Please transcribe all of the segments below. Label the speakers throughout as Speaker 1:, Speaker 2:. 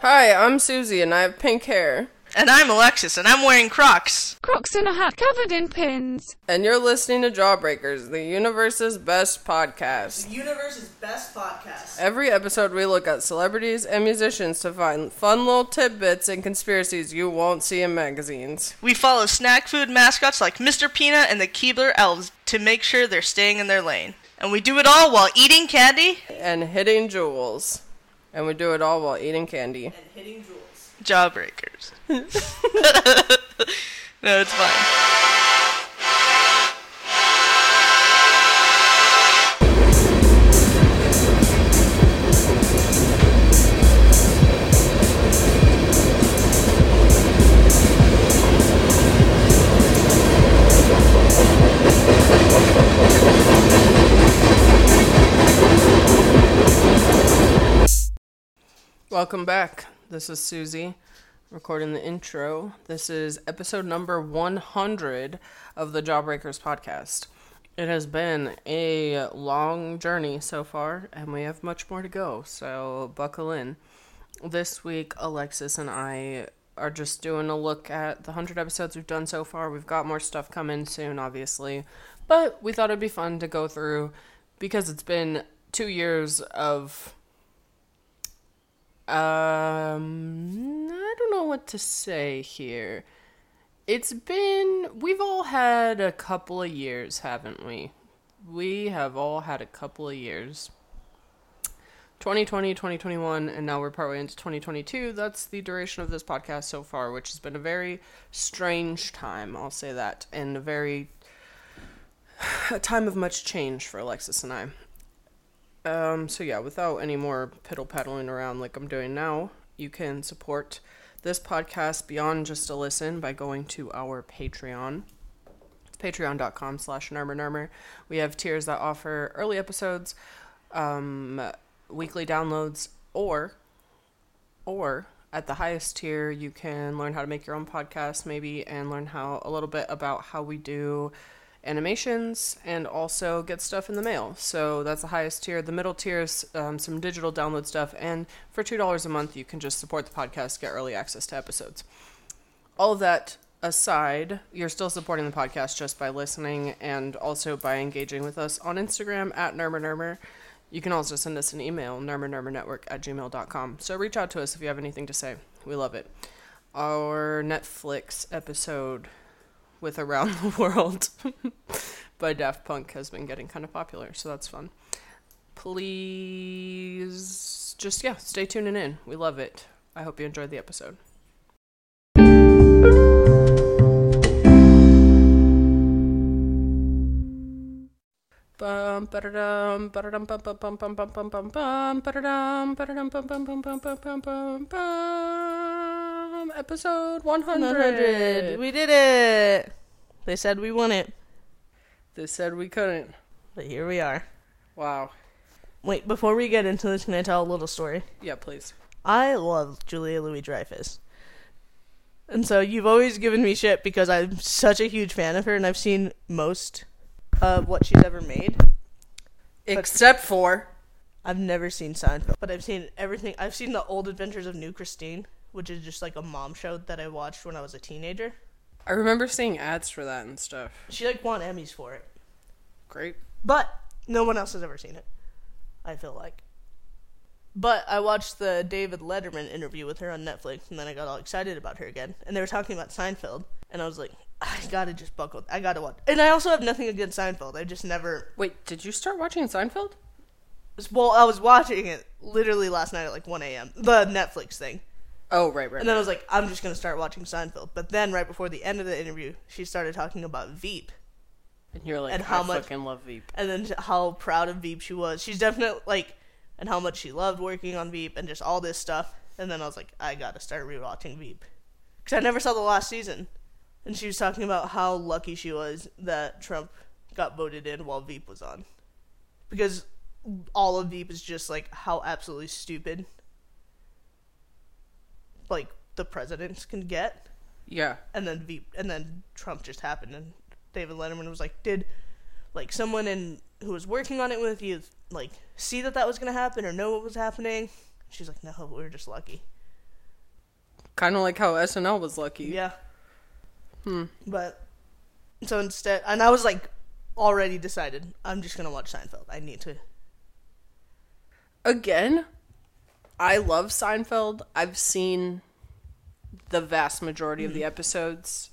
Speaker 1: Hi, I'm Susie and I have pink hair.
Speaker 2: And I'm Alexis, and I'm wearing Crocs.
Speaker 3: Crocs and a hat covered in pins.
Speaker 1: And you're listening to Jawbreakers, the universe's best podcast.
Speaker 4: Universe's best podcast.
Speaker 1: Every episode, we look at celebrities and musicians to find fun little tidbits and conspiracies you won't see in magazines.
Speaker 2: We follow snack food mascots like Mr. Peanut and the Keebler Elves to make sure they're staying in their lane. And we do it all while eating candy.
Speaker 1: And hitting jewels. And we do it all while eating candy.
Speaker 4: And hitting jewels.
Speaker 2: Jawbreakers. no, it's fine.
Speaker 1: Welcome back. This is Susie recording the intro. This is episode number 100 of the Jawbreakers podcast. It has been a long journey so far, and we have much more to go, so buckle in. This week, Alexis and I are just doing a look at the 100 episodes we've done so far. We've got more stuff coming soon, obviously, but we thought it'd be fun to go through because it's been two years of um, I don't know what to say here. It's been we've all had a couple of years, haven't we? We have all had a couple of years. 2020, 2021, and now we're partway into 2022. That's the duration of this podcast so far, which has been a very strange time, I'll say that, and a very a time of much change for Alexis and I. Um, so yeah, without any more piddle paddling around like I'm doing now, you can support this podcast beyond just a listen by going to our Patreon. It's patreon.com slash nurmernurmer. We have tiers that offer early episodes, um, weekly downloads, or or at the highest tier you can learn how to make your own podcast maybe and learn how a little bit about how we do animations and also get stuff in the mail so that's the highest tier the middle tier is um, some digital download stuff and for $2 a month you can just support the podcast get early access to episodes all of that aside, you're still supporting the podcast just by listening and also by engaging with us on Instagram at NurmerNurmer. You can also send us an email, NurmerNurmerNetwork at gmail.com. So reach out to us if you have anything to say. We love it. Our Netflix episode with Around the World by Daft Punk has been getting kind of popular, so that's fun please just yeah stay tuning in we love it i hope you enjoyed the episode Bum, ba-da-dum, ba-da-dum, bum, bum, bum, bum, bum, bum, bum, bum, ba-da-dum, ba-da-dum, bum, bum, bum, bum, bum, bum, bum, bum. Episode 100.
Speaker 2: We did it. They said we won it,
Speaker 1: They said we couldn't.
Speaker 2: but here we are.
Speaker 1: Wow.
Speaker 2: Wait, before we get into this, can I tell a little story?
Speaker 1: Yeah, please.
Speaker 2: I love Julia Louis Dreyfus. And so you've always given me shit because I'm such a huge fan of her and I've seen most of what she's ever made.
Speaker 1: Except for
Speaker 2: I've never seen Seinfeld, but I've seen everything. I've seen the old adventures of New Christine, which is just like a mom show that I watched when I was a teenager.
Speaker 1: I remember seeing ads for that and stuff.
Speaker 2: She like won Emmys for it,
Speaker 1: Great.
Speaker 2: but no one else has ever seen it. I feel like. But I watched the David Letterman interview with her on Netflix, and then I got all excited about her again. And they were talking about Seinfeld, and I was like, I gotta just buckle. I gotta watch. And I also have nothing against Seinfeld. I just never.
Speaker 1: Wait, did you start watching Seinfeld?
Speaker 2: Well, I was watching it literally last night at like 1 a.m. The Netflix thing.
Speaker 1: Oh, right, right.
Speaker 2: And then I was like, I'm just gonna start watching Seinfeld. But then right before the end of the interview, she started talking about Veep
Speaker 1: And you're like,
Speaker 2: and how
Speaker 1: I
Speaker 2: much-
Speaker 1: fucking love Veep.
Speaker 2: and then how proud of Veep she was. She's definitely like, and how much she loved working on Veep and just all this stuff. And then I was like, I gotta start rewatching Veep because I never saw the last season. And she was talking about how lucky she was that Trump got voted in while Veep was on, because all of Veep is just like how absolutely stupid like the presidents can get
Speaker 1: Yeah.
Speaker 2: and then v- and then Trump just happened, and David Letterman was like, "Did like someone in who was working on it with you like see that that was gonna happen or know what was happening?" She's like, "No, we were just lucky."
Speaker 1: Kind of like how SNL was lucky.
Speaker 2: Yeah. Hmm. But so instead, and I was like already decided. I'm just gonna watch Seinfeld. I need to.
Speaker 1: Again, I love Seinfeld. I've seen the vast majority of the
Speaker 2: Mm-hmm.
Speaker 1: episodes.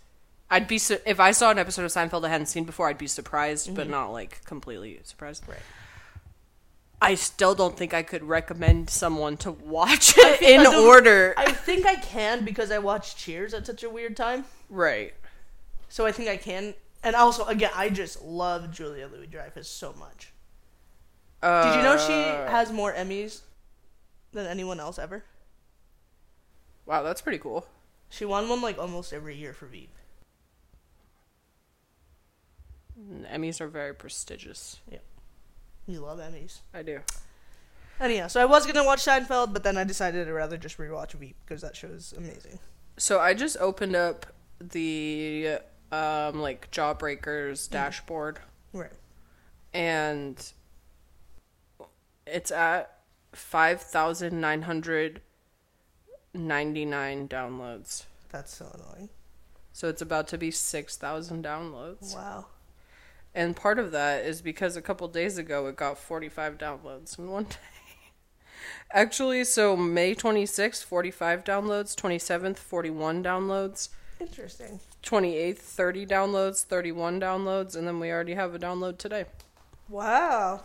Speaker 1: I'd be su- if I saw an episode of Seinfeld I hadn't seen before, I'd be surprised,
Speaker 2: Mm-hmm.
Speaker 1: but not like completely surprised. Right. I still don't think I could recommend someone to watch it
Speaker 2: I
Speaker 1: in
Speaker 2: don't-
Speaker 1: order.
Speaker 2: I think I can because I watched Cheers at such a weird time.
Speaker 1: right.
Speaker 2: So I think I can. And also, again, I just love Julia Louis Dreyfus so much.
Speaker 1: Uh,
Speaker 2: Did you know she has more Emmys than anyone else ever?
Speaker 1: Wow, that's pretty cool.
Speaker 2: She won one like almost every year for Veep.
Speaker 1: Emmys are very prestigious.
Speaker 2: You love Emmys.
Speaker 1: I do.
Speaker 2: Anyhow, so I was gonna watch Seinfeld, but then I decided I'd rather just rewatch Veep because that show is amazing.
Speaker 1: So I just opened up the um like
Speaker 2: Mm-hmm.
Speaker 1: Jawbreakers dashboard
Speaker 2: Right.
Speaker 1: and it's at 5,999 downloads.
Speaker 2: That's so annoying.
Speaker 1: So it's about to be 6,000 downloads.
Speaker 2: Wow.
Speaker 1: And part of that is because a couple days ago it got 45 downloads in one day. Actually, so May 26th, 45 downloads, 27th, 41 downloads,
Speaker 2: Interesting.
Speaker 1: 28th, 30 downloads, 31 downloads, and then we already have a download today.
Speaker 2: Wow.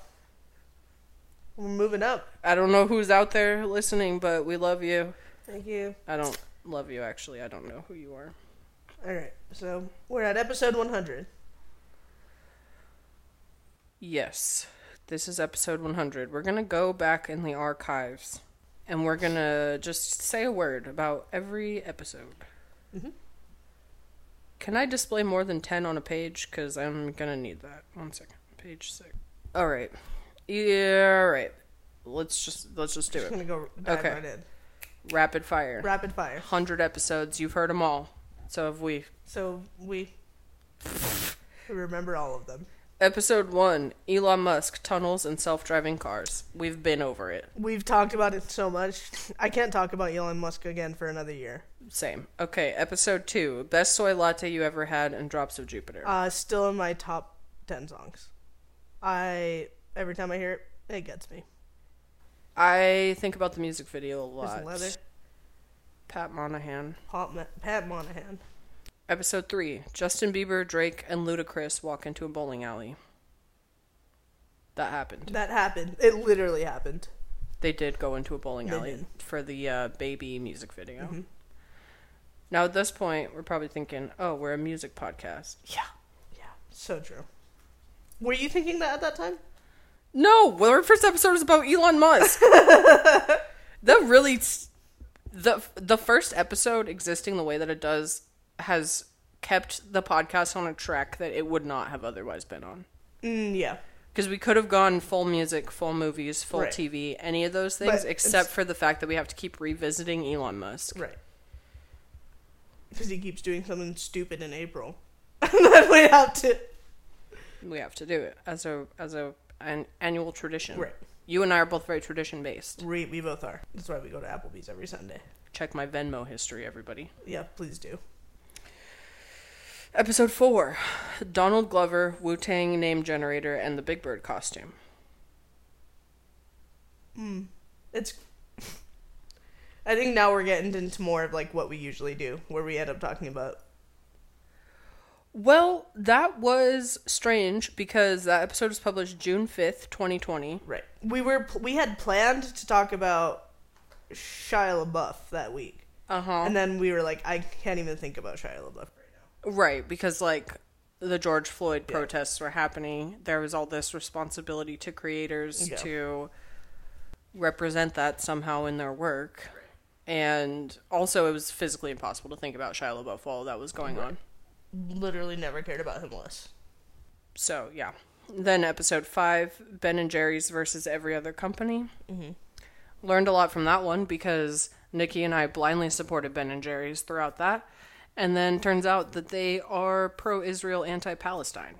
Speaker 2: We're moving up.
Speaker 1: I don't know who's out there listening, but we love you.
Speaker 2: Thank you.
Speaker 1: I don't love you, actually. I don't know who you are.
Speaker 2: All right. So we're at episode 100.
Speaker 1: Yes, this is episode 100. We're going to go back in the archives and we're going to just say a word about every episode. Can I display more than 10 on a page? Because I'm going to need that. One second. Page six. All right. Yeah, all right. Let's just let's just do
Speaker 2: I'm
Speaker 1: it.
Speaker 2: gonna go dive
Speaker 1: Okay.
Speaker 2: right in.
Speaker 1: Rapid fire.
Speaker 2: Rapid fire.
Speaker 1: 100 episodes. You've heard them all. So have we.
Speaker 2: So we remember all of them.
Speaker 1: Episode 1 Elon Musk, tunnels, and self driving cars. We've been over it.
Speaker 2: We've talked about it so much. I can't talk about Elon Musk again for another year.
Speaker 1: Same. Okay, episode 2 Best soy latte you ever had and drops of Jupiter.
Speaker 2: Uh, still in my top 10 songs. I every time I hear it, it gets me.
Speaker 1: I think about the music video a
Speaker 2: There's
Speaker 1: lot.
Speaker 2: leather.
Speaker 1: Pat Monahan.
Speaker 2: Pat, Ma- Pat Monahan.
Speaker 1: Episode 3 Justin Bieber, Drake, and Ludacris walk into a bowling alley. That happened.
Speaker 2: That happened. It literally happened.
Speaker 1: They did go into a bowling
Speaker 2: They
Speaker 1: alley
Speaker 2: did. Mm-hmm.
Speaker 1: for the uh, baby music video. Now, at this point, we're probably thinking, oh, we're a music podcast.
Speaker 2: Yeah. Yeah. So true. Were you thinking that at that time?
Speaker 1: No, well, our first episode was about Elon Musk. that really, s- the the first episode existing the way that it does has kept the podcast on a track that it would not have otherwise been on.
Speaker 2: Mm, yeah.
Speaker 1: Because we could have gone full music, full movies, full
Speaker 2: Right.
Speaker 1: TV, any of those things,
Speaker 2: it's-
Speaker 1: except for the fact that we have to keep revisiting Elon Musk.
Speaker 2: Right. Because he keeps doing something stupid in April. and then we have to.
Speaker 1: We have to do it as a as a an annual tradition.
Speaker 2: Right.
Speaker 1: You and I are both very tradition based.
Speaker 2: We, we both are. That's why we go to Applebee's every Sunday.
Speaker 1: Check my Venmo history, everybody.
Speaker 2: Yeah, please do.
Speaker 1: Episode 4 Donald Glover, Wu Tang name generator, and the Big Bird costume.
Speaker 2: Hmm. It's. I think now we're getting into more of like what we usually do, where we end up talking about.
Speaker 1: Well, that was strange because that episode was published June 5th, 2020.
Speaker 2: Right. We were pl- we had planned to talk about Shia LaBeouf that week,
Speaker 1: Uh huh.
Speaker 2: and then we were like, I can't even think about Shia LaBeouf right now.
Speaker 1: Right, because like the George Floyd protests were happening. There was all this responsibility to creators
Speaker 2: Yeah.
Speaker 1: to represent that somehow in their work. And also, it was physically impossible to think about Shia LaBeouf while that was going on.
Speaker 2: Literally never cared about him less.
Speaker 1: So yeah. Then episode five, Ben and Jerry's versus every other company. Learned a lot from that one because Nikki and I blindly supported Ben and Jerry's throughout that, and then turns out that they are pro-Israel, anti-Palestine.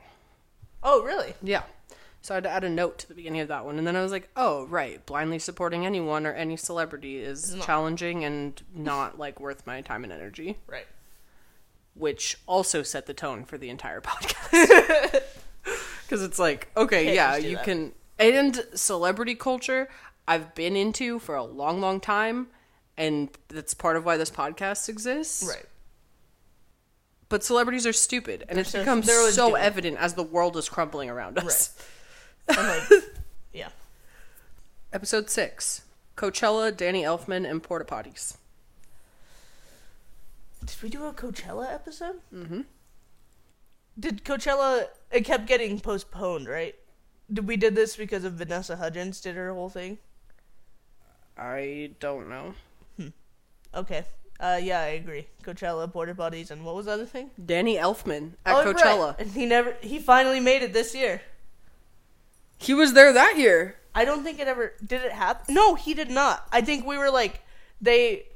Speaker 2: Oh, really?
Speaker 1: Yeah. So I had to add a note to the beginning of that one. And then I was like, oh, right, blindly supporting anyone or any celebrity is
Speaker 2: not-
Speaker 1: challenging and not like worth my time and energy,
Speaker 2: Right.
Speaker 1: which also set the tone for the entire podcast. Because it's like, okay,
Speaker 2: Can't
Speaker 1: yeah,
Speaker 2: just do
Speaker 1: you
Speaker 2: that.
Speaker 1: can. And celebrity culture, I've been into for a long, long time. And that's part of why this podcast exists
Speaker 2: Right.
Speaker 1: but celebrities are stupid, and it's
Speaker 2: so-
Speaker 1: become
Speaker 2: they're always
Speaker 1: so
Speaker 2: doing it.
Speaker 1: evident as the world is crumbling around us.
Speaker 2: I'm like, yeah.
Speaker 1: Episode six: Coachella, Danny Elfman, and porta potties.
Speaker 2: Did we do a Coachella episode? Mm-hmm. Did Coachella? It kept getting postponed, right? Did we did this because of Vanessa Hudgens did her whole thing?
Speaker 1: I don't know.
Speaker 2: Okay. Uh, yeah, I agree. Coachella, porta potties, and what was the other thing?
Speaker 1: Danny Elfman at
Speaker 2: Oh, right.
Speaker 1: Coachella.
Speaker 2: And he never. He finally made it this year.
Speaker 1: He was there that year.
Speaker 2: I don't think it ever did. It happen? No, he did not. I think we were like they.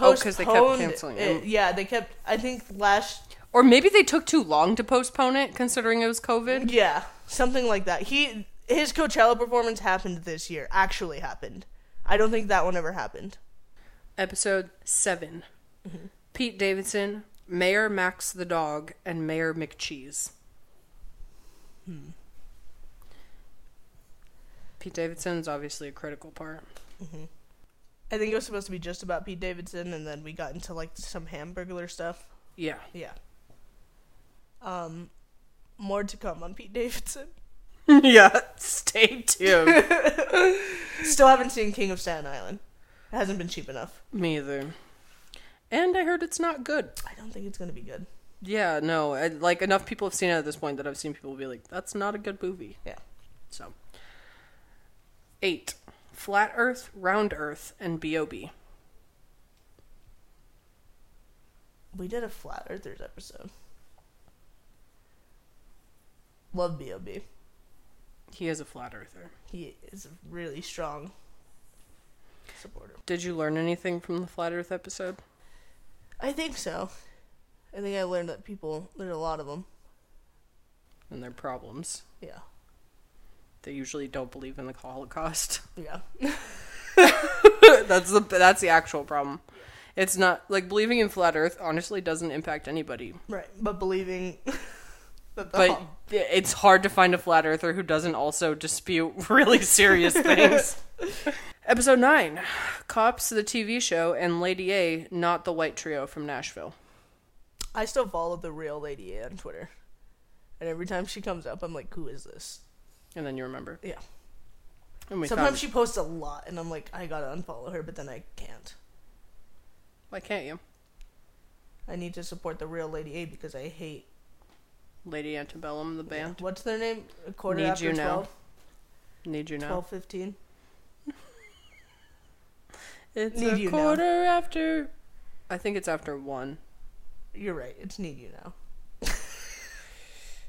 Speaker 1: Oh, 'cause they kept
Speaker 2: postponed
Speaker 1: canceling
Speaker 2: it.
Speaker 1: it.
Speaker 2: Yeah, they kept. I think last
Speaker 1: Or maybe they took too long to postpone it, considering it was COVID.
Speaker 2: Yeah, something like that. He his Coachella performance happened this year. Actually happened. I don't think that one ever happened.
Speaker 1: Episode 7 Mm-hmm. Pete Davidson, Mayor Max the dog, and Mayor McCheese. Hmm. Pete Davidson is obviously a critical part.
Speaker 2: I think it was supposed to be just about Pete Davidson, and then we got into like some Hamburglar stuff.
Speaker 1: Yeah.
Speaker 2: Yeah. Um, more to come on Pete Davidson.
Speaker 1: yeah, stay tuned.
Speaker 2: Still haven't seen King of Staten Island. It hasn't been cheap enough.
Speaker 1: Me either. And I heard it's not good.
Speaker 2: I don't think it's gonna be good.
Speaker 1: Yeah, no, I, like enough people have seen it at this point that I've seen people be like, "That's not a good movie."
Speaker 2: Yeah.
Speaker 1: So, eight, flat Earth, round Earth, and B.O.B.
Speaker 2: We did a Flat Earthers episode. Love B.O.B.
Speaker 1: He is a flat earther.
Speaker 2: He is a really strong supporter.
Speaker 1: Did you learn anything from the flat Earth episode?
Speaker 2: I think so. I think I learned that people, there's a lot of them.
Speaker 1: And their problems.
Speaker 2: Yeah.
Speaker 1: They usually don't believe in the Holocaust.
Speaker 2: Yeah.
Speaker 1: that's the that's the actual problem. It's not like believing in flat Earth honestly doesn't impact anybody.
Speaker 2: Right. But believing that the.
Speaker 1: but it's hard to find a flat earther who doesn't also dispute really serious things. Episode 9 Cops, the TV show, and Lady A, not the white trio from Nashville.
Speaker 2: I still follow the real Lady A on Twitter. And every time she comes up, I'm like, who is this?
Speaker 1: And then you remember.
Speaker 2: Yeah.
Speaker 1: And we
Speaker 2: Sometimes
Speaker 1: found,
Speaker 2: she posts a lot, and I'm like, I gotta unfollow her, but then I can't.
Speaker 1: Why can't you?
Speaker 2: I need to support the real Lady A because I hate.
Speaker 1: Lady Antebellum, the band.
Speaker 2: What's their name? A quarter
Speaker 1: Need
Speaker 2: after
Speaker 1: You Now.
Speaker 2: 12?
Speaker 1: Need you now.
Speaker 2: 12, 15?
Speaker 1: It's
Speaker 2: Need
Speaker 1: a
Speaker 2: You Now.
Speaker 1: quarter after. I think it's after one.
Speaker 2: You're right. It's Need You Now.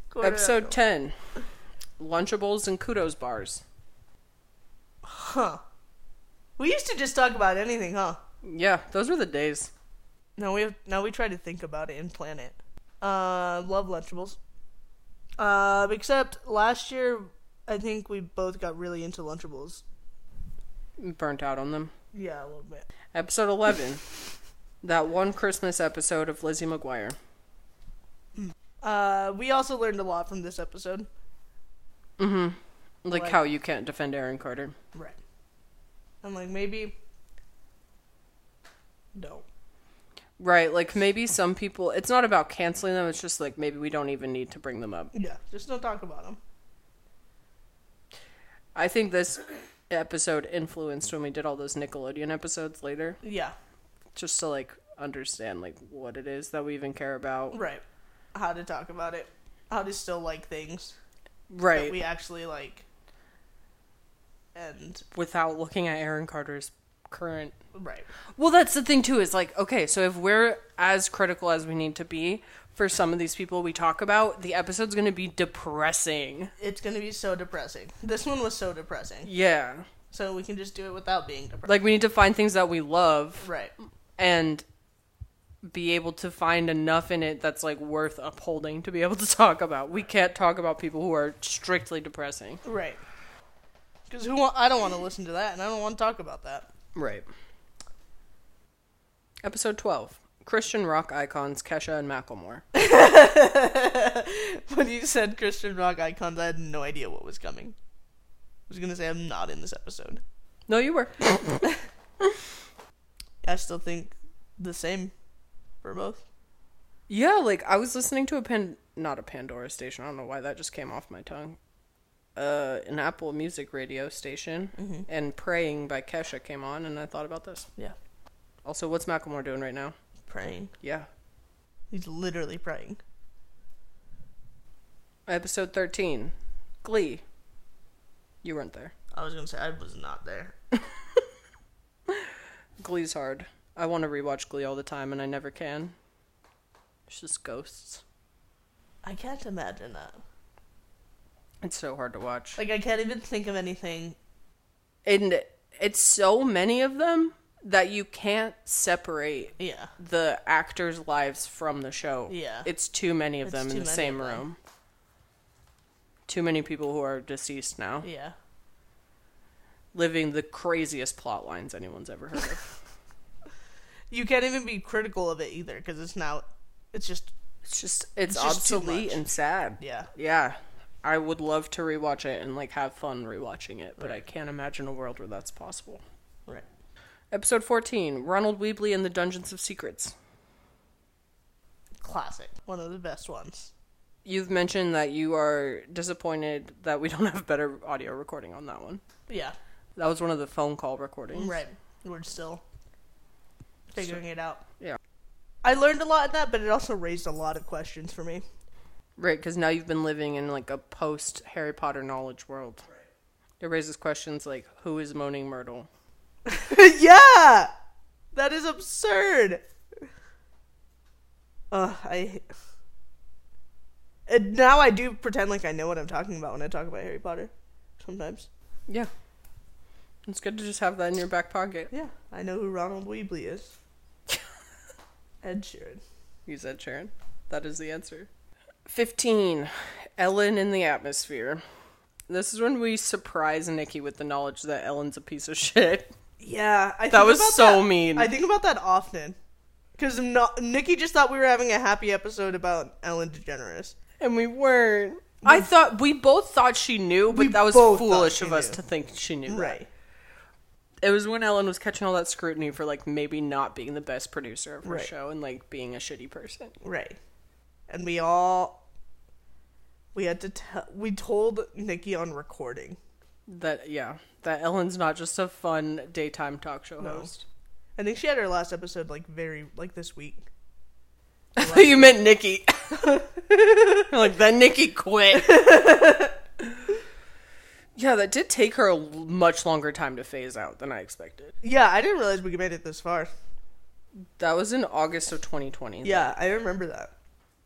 Speaker 2: Quarter
Speaker 1: Episode
Speaker 2: after-
Speaker 1: 10 Lunchables and Kudos Bars.
Speaker 2: Huh. We used to just talk about anything, huh?
Speaker 1: Yeah, those were the days.
Speaker 2: Now we have, now we try to think about it and plan it. Uh, love Lunchables. Uh, except last year, I think we both got really into Lunchables.
Speaker 1: Burnt out on them.
Speaker 2: Yeah, a little bit.
Speaker 1: Episode 11. that one Christmas episode of Lizzie McGuire.
Speaker 2: Uh, we also learned a lot from this episode.
Speaker 1: Like
Speaker 2: Like-
Speaker 1: how you can't defend Aaron Carter.
Speaker 2: Right. I'm like maybe. No.
Speaker 1: Right, like maybe some people, it's not about canceling them, it's just like maybe we don't even need to bring them up.
Speaker 2: Yeah, just don't talk about them.
Speaker 1: I think this episode influenced when we did all those Nickelodeon episodes later,
Speaker 2: Yeah.
Speaker 1: just to like understand like what it is that we even care about.
Speaker 2: Right. How to talk about it. How to still like things that
Speaker 1: Right.
Speaker 2: we actually like. And
Speaker 1: Without looking at Aaron Carter's current
Speaker 2: right.
Speaker 1: Well, that's the thing too. Is like, okay, so if we're as critical as we need to be for some of these people we talk about, the episode's going to be depressing.
Speaker 2: It's gonna be so depressing. This one was so depressing.
Speaker 1: Yeah,
Speaker 2: So we can just do it without being depressed.
Speaker 1: like we need to find things that we love
Speaker 2: right.
Speaker 1: and be able to find enough in it that's like worth upholding to be able to talk about. We can't talk about people who are strictly depressing.
Speaker 2: Right. Because who wa- I don't want to listen to that, and I don't want to talk about that.
Speaker 1: Right. Episode 12 Christian rock icons Kesha and Macklemore.
Speaker 2: When you said Christian rock icons, I had no idea what was coming. I was gonna say I'm not in this episode.
Speaker 1: no, you were.
Speaker 2: I still think the same for both.
Speaker 1: Yeah, like I was listening to a pan not a Pandora station. I don't know why that just came off my tongue. Uh, an Apple Music radio station, and "Praying" by Kesha came on, and I thought about this.
Speaker 2: Yeah.
Speaker 1: Also, what's Macklemore doing right now?
Speaker 2: Praying.
Speaker 1: Yeah,
Speaker 2: He's literally praying.
Speaker 1: episode thirteen, Glee. You weren't there.
Speaker 2: I was gonna say I was not there.
Speaker 1: Glee's hard. I want to rewatch Glee all the time, and I never can. It's just ghosts.
Speaker 2: I can't imagine that.
Speaker 1: It's so hard to watch.
Speaker 2: Like I can't even think of anything.
Speaker 1: and it's so many of them that you can't separate
Speaker 2: Yeah.
Speaker 1: the actors' lives from the show.
Speaker 2: Yeah.
Speaker 1: It's too many of
Speaker 2: It's
Speaker 1: them in
Speaker 2: too
Speaker 1: the
Speaker 2: many
Speaker 1: same
Speaker 2: of them.
Speaker 1: room. Too many people who are deceased now,
Speaker 2: Yeah.
Speaker 1: living the craziest plot lines anyone's ever heard of.
Speaker 2: You can't even be critical of it either, because it's now, it's just
Speaker 1: it's just it's,
Speaker 2: It's just too
Speaker 1: obsolete
Speaker 2: much.
Speaker 1: and sad.
Speaker 2: yeah.
Speaker 1: Yeah. I would love to rewatch it and like have fun rewatching it, but I
Speaker 2: Right.
Speaker 1: can't imagine a world where that's possible.
Speaker 2: Right.
Speaker 1: Episode 14, Ronald Weebly and the Dungeons of Secrets.
Speaker 2: Classic. One of the best ones.
Speaker 1: You've mentioned that you are disappointed that we don't have better audio recording on that one.
Speaker 2: Yeah.
Speaker 1: That was one of the phone call recordings.
Speaker 2: Right. We're still figuring it out.
Speaker 1: Yeah.
Speaker 2: I learned a lot in that, but it also raised a lot of questions for me.
Speaker 1: Right, because now you've been living in like a post Harry Potter knowledge world. It raises questions like who is Moaning Myrtle?
Speaker 2: yeah, that is absurd. Ugh, I. And now I do pretend like I know what I'm talking about when I talk about Harry Potter. Sometimes.
Speaker 1: Yeah. It's good to just have that in your back pocket.
Speaker 2: Yeah, I know who Ronald Weebly is. Ed Sheeran.
Speaker 1: You said Sharon. That is the answer. 15. Ellen in the atmosphere. This is when we surprise Nikki with the knowledge that Ellen's a piece of shit.
Speaker 2: Yeah, I
Speaker 1: That
Speaker 2: think
Speaker 1: was
Speaker 2: about
Speaker 1: so
Speaker 2: that-
Speaker 1: mean.
Speaker 2: I think about that often because Nikki just thought we were having a happy episode about Ellen DeGeneres.
Speaker 1: And we weren't. I thought we both thought she knew, but
Speaker 2: We
Speaker 1: that was
Speaker 2: both
Speaker 1: foolish
Speaker 2: thought she
Speaker 1: of us
Speaker 2: knew.
Speaker 1: to think she knew. that.
Speaker 2: Right.
Speaker 1: It was when Ellen was catching all that scrutiny for like maybe not being the best producer of her
Speaker 2: Right.
Speaker 1: show and like being a shitty person.
Speaker 2: Right. And we all we had to tell we told Nikki on recording,
Speaker 1: That yeah, that Ellen's not just a fun daytime talk show host.
Speaker 2: I think she had her last episode like very like this week.
Speaker 1: I thought you meant Nikki. like that Nikki quit. yeah, that did take her a l- much longer time to phase out than I expected.
Speaker 2: Yeah, I didn't realize we made it this far.
Speaker 1: That was in August of 2020.
Speaker 2: Yeah, I remember that.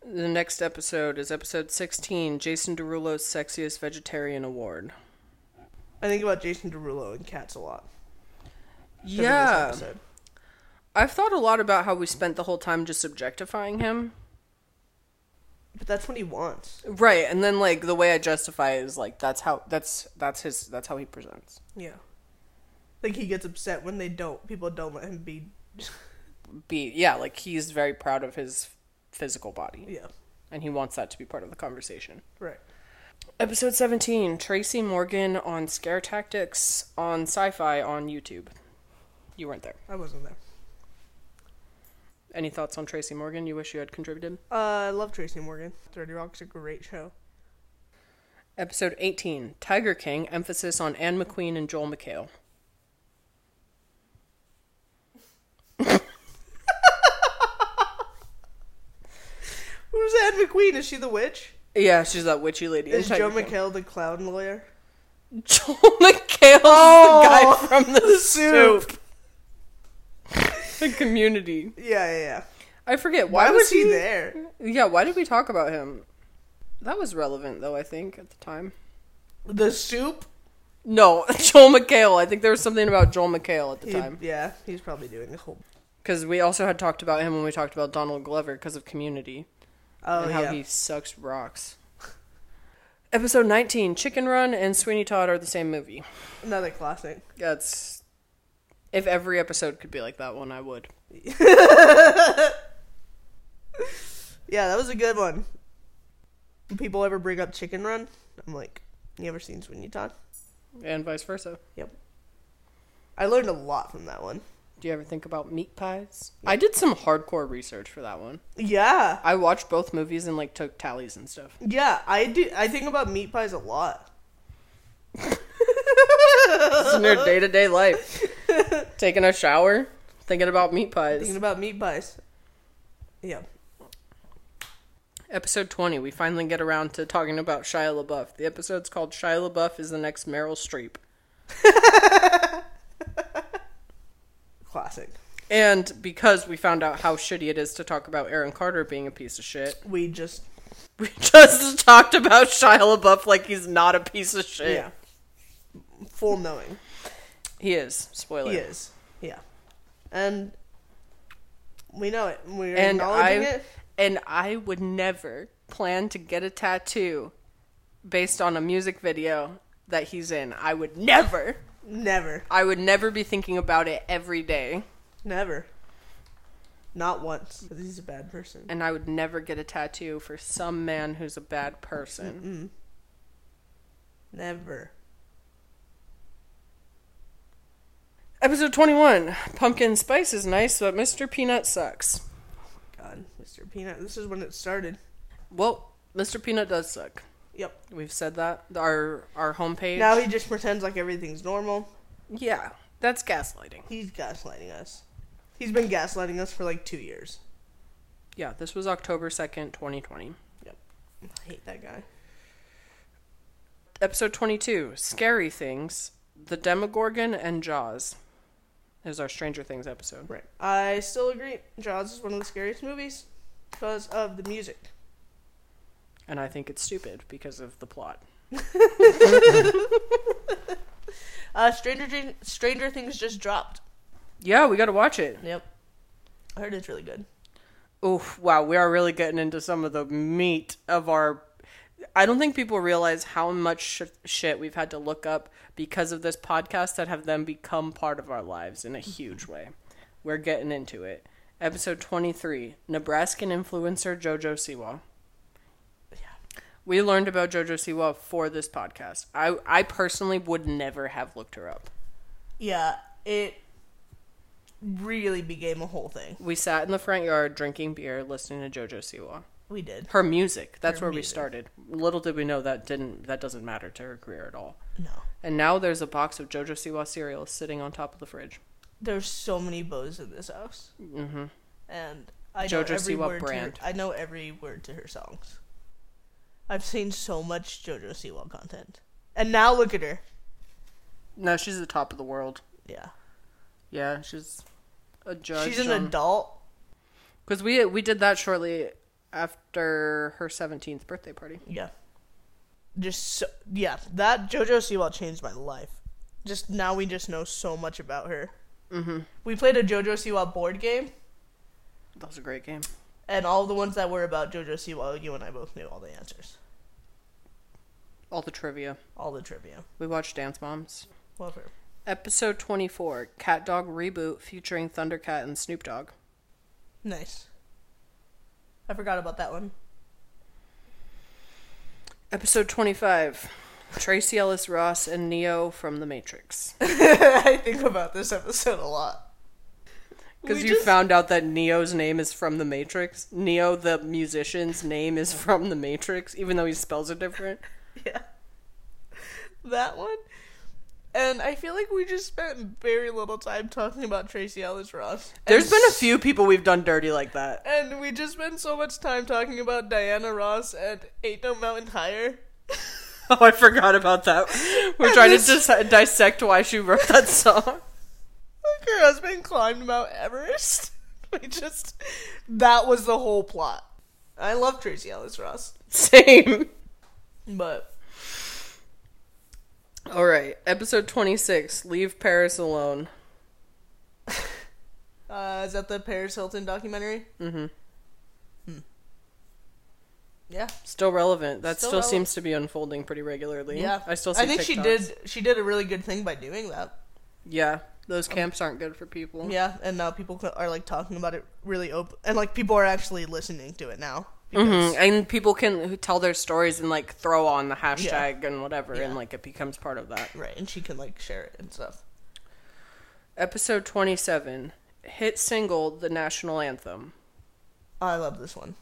Speaker 1: The next episode is episode 16, Jason Derulo's Sexiest Vegetarian Award.
Speaker 2: I think about Jason Derulo and cats a lot. 'cause of this
Speaker 1: Yeah.
Speaker 2: episode.
Speaker 1: I've thought a lot about how we spent the whole time just objectifying him.
Speaker 2: But that's what he wants.
Speaker 1: Right, and then like the way I justify it is like that's how that's that's his that's how he presents.
Speaker 2: Yeah. Like he gets upset when they don't people don't let him be
Speaker 1: Be yeah, like he's very proud of his physical body
Speaker 2: Yeah.
Speaker 1: and he wants that to be part of the conversation.
Speaker 2: Right.
Speaker 1: Episode 17, Tracy Morgan on Scare Tactics on Sci-Fi on YouTube. You weren't there.
Speaker 2: I wasn't there.
Speaker 1: Any thoughts on Tracy Morgan you wish you had contributed?
Speaker 2: Uh, I love Tracy Morgan. 30 Rock's a great show.
Speaker 1: Episode 18 Tiger King, emphasis on Anne McQueen and Joel McHale.
Speaker 2: Who's Anne McQueen? Is she the witch?
Speaker 1: Yeah, she's that witchy lady. in
Speaker 2: Is
Speaker 1: Tiger
Speaker 2: Joe
Speaker 1: King.
Speaker 2: McHale the clown lawyer?
Speaker 1: Joel McHale's
Speaker 2: Oh,
Speaker 1: the guy from the, soup. the community.
Speaker 2: Yeah, yeah, yeah.
Speaker 1: I forget. Why,
Speaker 2: Why,
Speaker 1: was,
Speaker 2: was he, there?
Speaker 1: Yeah, why did we talk about him? That was relevant, though, I think, at the time.
Speaker 2: The soup?
Speaker 1: No, Joel McHale. I think there was something about Joel McHale at the
Speaker 2: He-
Speaker 1: time.
Speaker 2: yeah, he's probably doing the whole.
Speaker 1: Because we also had talked about him when we talked about Donald Glover because of Community
Speaker 2: Oh
Speaker 1: and how
Speaker 2: yeah.
Speaker 1: he sucks rocks. Episode 19 Chicken Run and Sweeney Todd are the same movie.
Speaker 2: Another classic.
Speaker 1: That's. If every episode could be like that one, I would.
Speaker 2: Yeah, that was a good one. When people ever bring up Chicken Run, I'm like, you ever seen Sweeney Todd?
Speaker 1: And vice versa.
Speaker 2: Yep. I learned a lot from that one.
Speaker 1: Do you ever think about meat pies? I did some hardcore research for that one.
Speaker 2: Yeah.
Speaker 1: I watched both movies and like took tallies and stuff.
Speaker 2: Yeah, I do I think about meat pies a lot.
Speaker 1: It's in their day to day life. Taking a shower, thinking about meat
Speaker 2: Thinking
Speaker 1: pies.
Speaker 2: about meat pies. Yeah.
Speaker 1: Episode 20, we finally get around to talking about Shia LaBeouf. The episode's called Shia LaBeouf is the Next Meryl Streep.
Speaker 2: Classic.
Speaker 1: And because we found out how shitty it is to talk about Aaron Carter being a piece of shit,
Speaker 2: We just
Speaker 1: we just talked about Shia LaBeouf like he's not a piece of shit.
Speaker 2: yeah. Full knowing.
Speaker 1: He is. Spoiler.
Speaker 2: He is. Yeah. And we know it. We're
Speaker 1: and
Speaker 2: acknowledging
Speaker 1: I
Speaker 2: it.
Speaker 1: and I would never plan to get a tattoo based on a music video that he's in. I would never.
Speaker 2: Never.
Speaker 1: I would never be thinking about it every day,
Speaker 2: Never. Not once. Because he's a bad person.
Speaker 1: and I would never get a tattoo for some man who's a bad person.
Speaker 2: Mm. Never.
Speaker 1: Episode 21. Pumpkin spice is nice, but Mr. Peanut sucks.
Speaker 2: God, Mr. Peanut. This is when it started.
Speaker 1: Well, Mr. Peanut does suck.
Speaker 2: Yep.
Speaker 1: We've said that. Our our homepage.
Speaker 2: Now he just pretends like everything's normal.
Speaker 1: yeah, that's gaslighting.
Speaker 2: He's gaslighting us. He's been gaslighting us for like two years.
Speaker 1: Yeah, this was October 2nd, 2020.
Speaker 2: Yep. I hate that guy.
Speaker 1: Episode 22 Scary Things, The Demogorgon, and Jaws. Is our Stranger Things episode.
Speaker 2: Right. I still agree. Jaws is one of the scariest movies because of the music.
Speaker 1: And I think it's stupid because of the plot.
Speaker 2: Uh, Stranger Thing- Stranger Things just dropped.
Speaker 1: Yeah, we gotta watch it.
Speaker 2: Yep. I heard it's really good.
Speaker 1: Oof, wow, we are really getting into some of the meat of our. I don't think people realize how much sh- shit we've had to look up because of this podcast that have then become part of our lives in a huge way. We're getting into it. Episode 23 Nebraskan influencer JoJo Siwa. We learned about JoJo Siwa for this podcast. I, I personally would never have looked her up.
Speaker 2: Yeah, it really became a whole thing.
Speaker 1: We sat in the front yard drinking beer, listening to JoJo Siwa.
Speaker 2: We did.
Speaker 1: her music that's
Speaker 2: Her
Speaker 1: where we
Speaker 2: music.
Speaker 1: started little did we know that didn't that doesn't matter to her career at all
Speaker 2: No.
Speaker 1: and now there's a box of jojo siwa cereal sitting on top of the fridge
Speaker 2: There's so many bows in this house. Mm-hmm. And I
Speaker 1: Jojo
Speaker 2: know every
Speaker 1: Siwa
Speaker 2: word
Speaker 1: brand.
Speaker 2: To her, I know every word to her songs. I've seen so much JoJo Siwa content. And now look at her.
Speaker 1: no she's the top of the world
Speaker 2: Yeah.
Speaker 1: yeah she's a judge
Speaker 2: She's an adult.
Speaker 1: because we we did that shortly after her 17th birthday party
Speaker 2: Yeah. Just so, yeah, that JoJo Siwa changed my life. Just now we just know so much about her. Mm-hmm. We played a JoJo Siwa board game,
Speaker 1: that was a great game
Speaker 2: and all the ones that were about JoJo Siwa, you and I both knew all the answers,
Speaker 1: all the trivia
Speaker 2: all the trivia.
Speaker 1: we watched dance moms
Speaker 2: Love her.
Speaker 1: episode 24 cat dog reboot featuring thundercat and snoop dogg
Speaker 2: Nice. I forgot about that one.
Speaker 1: episode 25 tracy ellis ross and neo from the matrix
Speaker 2: I think about this episode a lot.
Speaker 1: Because
Speaker 2: We
Speaker 1: you
Speaker 2: just-
Speaker 1: found out that Neo's name is from The Matrix. Neo, the musician's name, is from The Matrix, even though he spells it different.
Speaker 2: yeah. That one. And I feel like we just spent very little time talking about Tracy Ellis Ross.
Speaker 1: There's
Speaker 2: And
Speaker 1: been a few people we've done dirty like that.
Speaker 2: And we just spent so much time talking about Diana Ross and Ain't No Mountain Higher.
Speaker 1: Oh, I forgot about that. We're
Speaker 2: And
Speaker 1: trying
Speaker 2: this-
Speaker 1: to dis- dissect why she wrote that song.
Speaker 2: Like her husband climbed Mount Everest. We just that was the whole plot. I love Tracy Ellis Ross,
Speaker 1: Same.
Speaker 2: but
Speaker 1: All right, episode 26 Leave Paris Alone.
Speaker 2: uh, Uh, is that the Paris Hilton documentary?
Speaker 1: Mhm.
Speaker 2: Hmm. Yeah.
Speaker 1: Still relevant. That
Speaker 2: Still
Speaker 1: still,
Speaker 2: relevant.
Speaker 1: seems to be unfolding pretty regularly.
Speaker 2: Yeah.
Speaker 1: I still. See
Speaker 2: I think she
Speaker 1: TikToks.
Speaker 2: did. She did a really good thing by doing that.
Speaker 1: Yeah, those camps aren't good for people.
Speaker 2: Yeah, and now people cl- are like talking about it really open, and like people are actually listening to it now.
Speaker 1: Mhm,
Speaker 2: because-
Speaker 1: And people can who tell their stories and like throw on the hashtag and whatever,
Speaker 2: Yeah.
Speaker 1: and like it becomes part of that.
Speaker 2: Right, and she can like share it and stuff.
Speaker 1: Episode 27 Hit single, the national anthem.
Speaker 2: I love this one.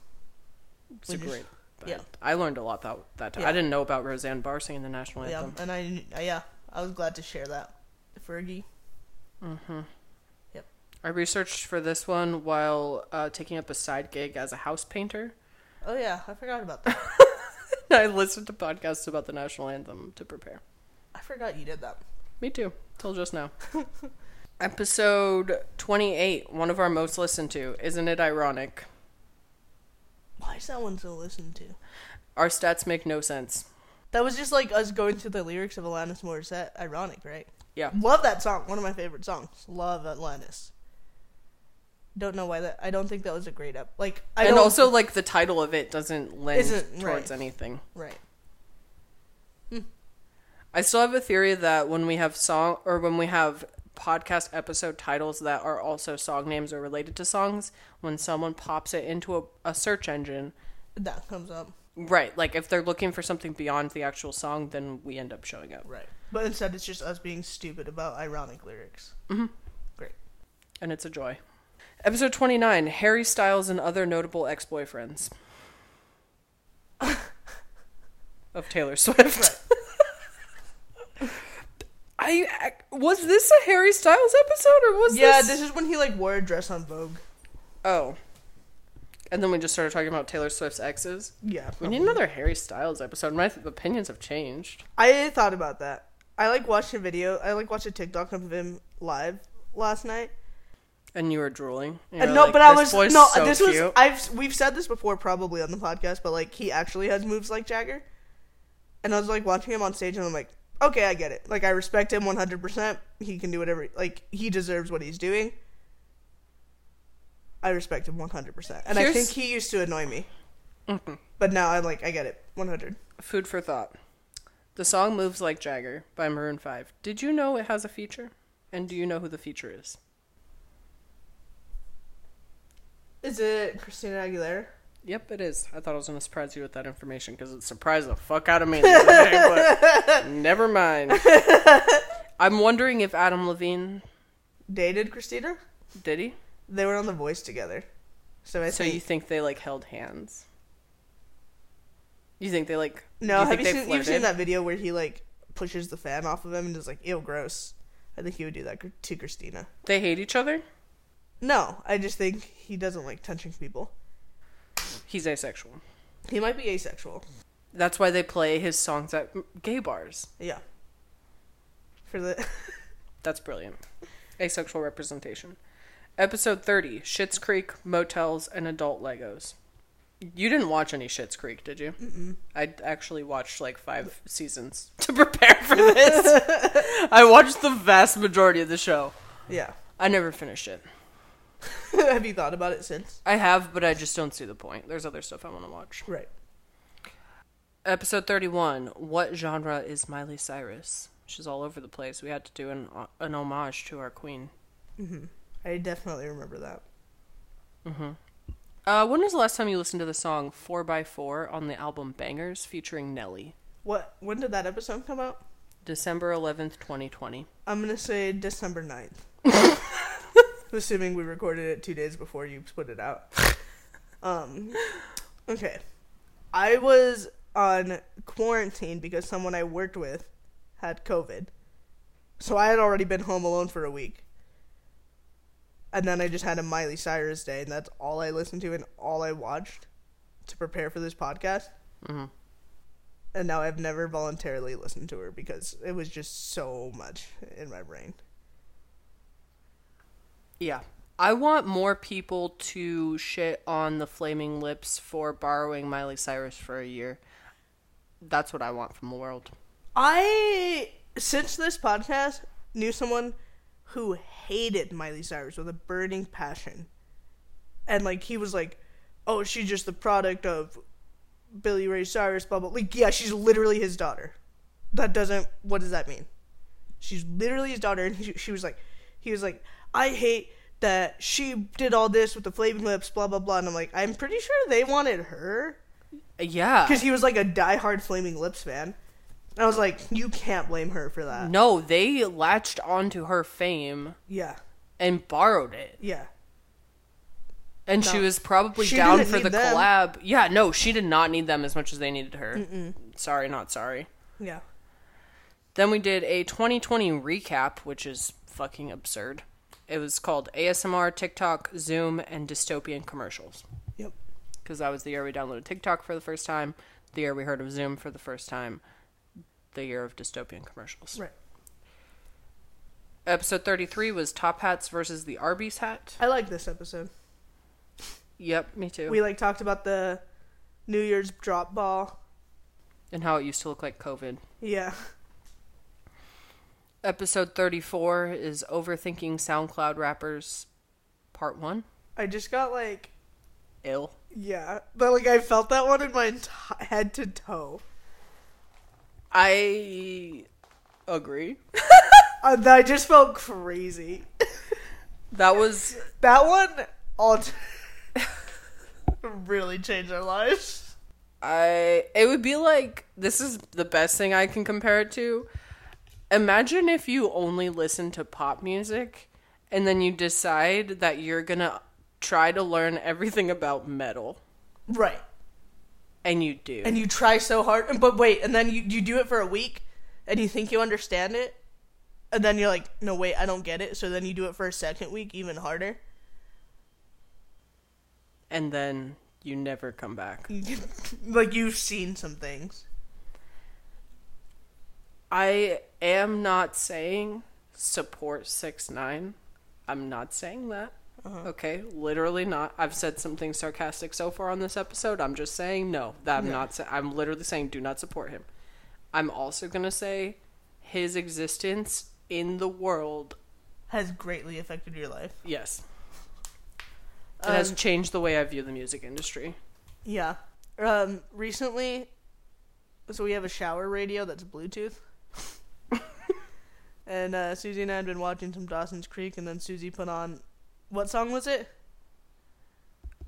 Speaker 1: It's
Speaker 2: We
Speaker 1: a
Speaker 2: just-
Speaker 1: great.
Speaker 2: yeah.
Speaker 1: I learned a lot that, that time.
Speaker 2: Yeah.
Speaker 1: I didn't know about Roseanne Barr singing the national
Speaker 2: Yeah,
Speaker 1: anthem.
Speaker 2: and I, I yeah, I was glad to share that. Fergie.
Speaker 1: I researched for this one while uh, taking up a side gig as a house painter.
Speaker 2: Oh yeah, I forgot about that.
Speaker 1: I listened to podcasts about the national anthem to prepare.
Speaker 2: I forgot you did that.
Speaker 1: Me too, till just now. Episode 28, one of our most listened to. Isn't it ironic?
Speaker 2: Why is that one so listened to?
Speaker 1: Our stats make no sense.
Speaker 2: That was just like us going through the lyrics of Alanis Morissette. Ironic, right?
Speaker 1: Yeah.
Speaker 2: Love that song. One of my favorite songs. Love Atlantis. Don't know why that. I don't think that was a great up. Like I
Speaker 1: and
Speaker 2: don't,
Speaker 1: also, like, the title of it doesn't lend
Speaker 2: Isn't-
Speaker 1: towards
Speaker 2: right.
Speaker 1: anything.
Speaker 2: right.
Speaker 1: I still have a theory that when we have song or when we have podcast episode titles that are also song names or related to songs, when someone pops it into a, a search engine,
Speaker 2: That comes up
Speaker 1: right? Like if they're looking for something beyond the actual song, then we end up showing up,
Speaker 2: right. But instead, it's just us being stupid about ironic lyrics. Mm-hmm. Great.
Speaker 1: and it's a joy. Episode twenty nine: Harry Styles and other notable ex boyfriends of Taylor Swift. I I- was this a Harry Styles episode or was
Speaker 2: Yeah,
Speaker 1: this?
Speaker 2: this is when he like wore a dress on Vogue.
Speaker 1: Oh. And then we just started talking about Taylor Swift's exes.
Speaker 2: Yeah.
Speaker 1: We need another Harry Styles episode. My th- opinions have changed.
Speaker 2: I thought about that. I like watched a video. I like watched a TikTok of him live last night.
Speaker 1: And you were drooling. You
Speaker 2: And
Speaker 1: were
Speaker 2: no,
Speaker 1: like,
Speaker 2: but I
Speaker 1: "This
Speaker 2: was
Speaker 1: boy's
Speaker 2: no.
Speaker 1: so
Speaker 2: this was
Speaker 1: cute."
Speaker 2: I've we've said this before probably on the podcast, but like he actually has moves like Jagger. And I was like watching him on stage, and I'm like, okay, I get it. Like I respect him 100. percent He can do whatever. Like he deserves what he's doing. I respect him 100. percent And I
Speaker 1: Here's- Mm-hmm.
Speaker 2: think he used to annoy me. But now I'm like, I get it 100.
Speaker 1: Food for thought. The song Moves Like Jagger by Maroon 5. Did you know it has a feature? And do you know who the feature is?
Speaker 2: Is it Christina Aguilera?
Speaker 1: Yep, it is. I thought I was going to surprise you with that information because it surprised the fuck out of me. the other day, but never mind. I'm wondering if Adam Levine
Speaker 2: Dated Christina?
Speaker 1: did he?
Speaker 2: They were on The Voice together. So I
Speaker 1: So
Speaker 2: think
Speaker 1: you think they like held hands? You think they like?
Speaker 2: no.
Speaker 1: you
Speaker 2: have
Speaker 1: think they
Speaker 2: you seen you've seen
Speaker 1: flirted?
Speaker 2: that video where he like pushes the fan off of him and is like, "Ew, gross." I think he would do that gr- to Christina.
Speaker 1: They hate each other.
Speaker 2: No, I just think he doesn't like touching people.
Speaker 1: He's asexual.
Speaker 2: He might be asexual.
Speaker 1: That's why they play his songs at m- gay bars.
Speaker 2: Yeah. For the
Speaker 1: That's brilliant. Asexual representation. Episode thirty: Schitt's Creek motels and adult Legos. You didn't watch any Schitt's Creek, did you? Mm-mm. I actually watched like five seasons to prepare for this. I watched the vast majority of the show.
Speaker 2: yeah.
Speaker 1: I never finished it.
Speaker 2: have you thought about it since?
Speaker 1: I have, but I just don't see the point. There's other stuff I want to watch.
Speaker 2: Right.
Speaker 1: Episode 31. What genre is Miley Cyrus? She's all over the place. We had to do an, uh, an homage to our queen.
Speaker 2: I definitely remember that.
Speaker 1: Uh, when was the last time you listened to the song 4x4 on the album Bangers featuring Nelly?
Speaker 2: What? When did that episode come out?
Speaker 1: December 11th, 2020.
Speaker 2: I'm gonna say December 9th. Assuming we recorded it two days before you put it out. Um, okay. I was on quarantine because someone I worked with had COVID. So I had already been home alone for a week. And then I just had a Miley Cyrus day, and that's all I listened to and all I watched to prepare for this podcast. And now I've never voluntarily listened to her because it was just so much in my brain.
Speaker 1: Yeah. I want more people to shit on the Flaming Lips for borrowing Miley Cyrus for a year. That's what I want from the world.
Speaker 2: I since this podcast knew someone who hated Miley Cyrus with a burning passion. And like he was like, "Oh, she's just the product of Billy Ray Cyrus." Blah blah. Like, yeah, she's literally his daughter. That doesn't. What does that mean? She's literally his daughter, and he, she was like, he was like, "I hate that she did all this with the flaming lips." Blah blah blah. And I'm like, I'm pretty sure they wanted her
Speaker 1: Yeah.
Speaker 2: because he was like a diehard Flaming Lips fan. I was like, you can't blame her for that.
Speaker 1: No, they latched onto her fame
Speaker 2: Yeah,
Speaker 1: and borrowed it.
Speaker 2: yeah.
Speaker 1: And she
Speaker 2: No.
Speaker 1: was probably
Speaker 2: She
Speaker 1: down
Speaker 2: didn't
Speaker 1: for
Speaker 2: need
Speaker 1: the
Speaker 2: them.
Speaker 1: collab. Yeah, no, she did not need them as much as they needed her. Sorry, not sorry.
Speaker 2: Yeah.
Speaker 1: Then we did a 2020 recap, which is fucking absurd. It was called ASMR, TikTok, Zoom, and Dystopian Commercials.
Speaker 2: Yep.
Speaker 1: Because that was the year we downloaded TikTok for the first time, the year we heard of Zoom for the first time, the year of dystopian commercials.
Speaker 2: Right.
Speaker 1: Episode 33 was Top Hats versus the Arby's hat.
Speaker 2: I like this episode.
Speaker 1: Yep, me too.
Speaker 2: We like talked about the New Year's drop ball.
Speaker 1: and how it used to look like COVID.
Speaker 2: Yeah.
Speaker 1: Episode 34 is Overthinking SoundCloud Rappers, Part 1.
Speaker 2: I just got like
Speaker 1: Ill.
Speaker 2: yeah, but like I felt that one in my enti- head to toe.
Speaker 1: I agree.
Speaker 2: Uh, that- I just felt crazy.
Speaker 1: That was
Speaker 2: That one all t- really changed our lives.
Speaker 1: I it would be like this is the best thing I can compare it to. Imagine if you only listen to pop music and then you decide that you're going to try to learn everything about metal
Speaker 2: Right.
Speaker 1: and you do.
Speaker 2: And you try so hard, and- but wait, and then you you do it for a week, and you think you understand it, and then you're like, no wait, I don't get it. So then you do it for a second week, even harder.
Speaker 1: and then you never come back.
Speaker 2: like you've seen some things.
Speaker 1: I am not saying support 6 9 I'm not saying that. Okay, literally not. I've said something sarcastic so far on this episode. I'm just saying no. That I'm not. sa- I'm literally saying do not support him. I'm also gonna say his existence in the world.
Speaker 2: has greatly affected your life.
Speaker 1: Yes, it has changed the way I view the music industry.
Speaker 2: Yeah. Um, recently, so we have a shower radio that's Bluetooth. and uh, Susie and I had been watching some Dawson's Creek, and then Susie put on, what song was it?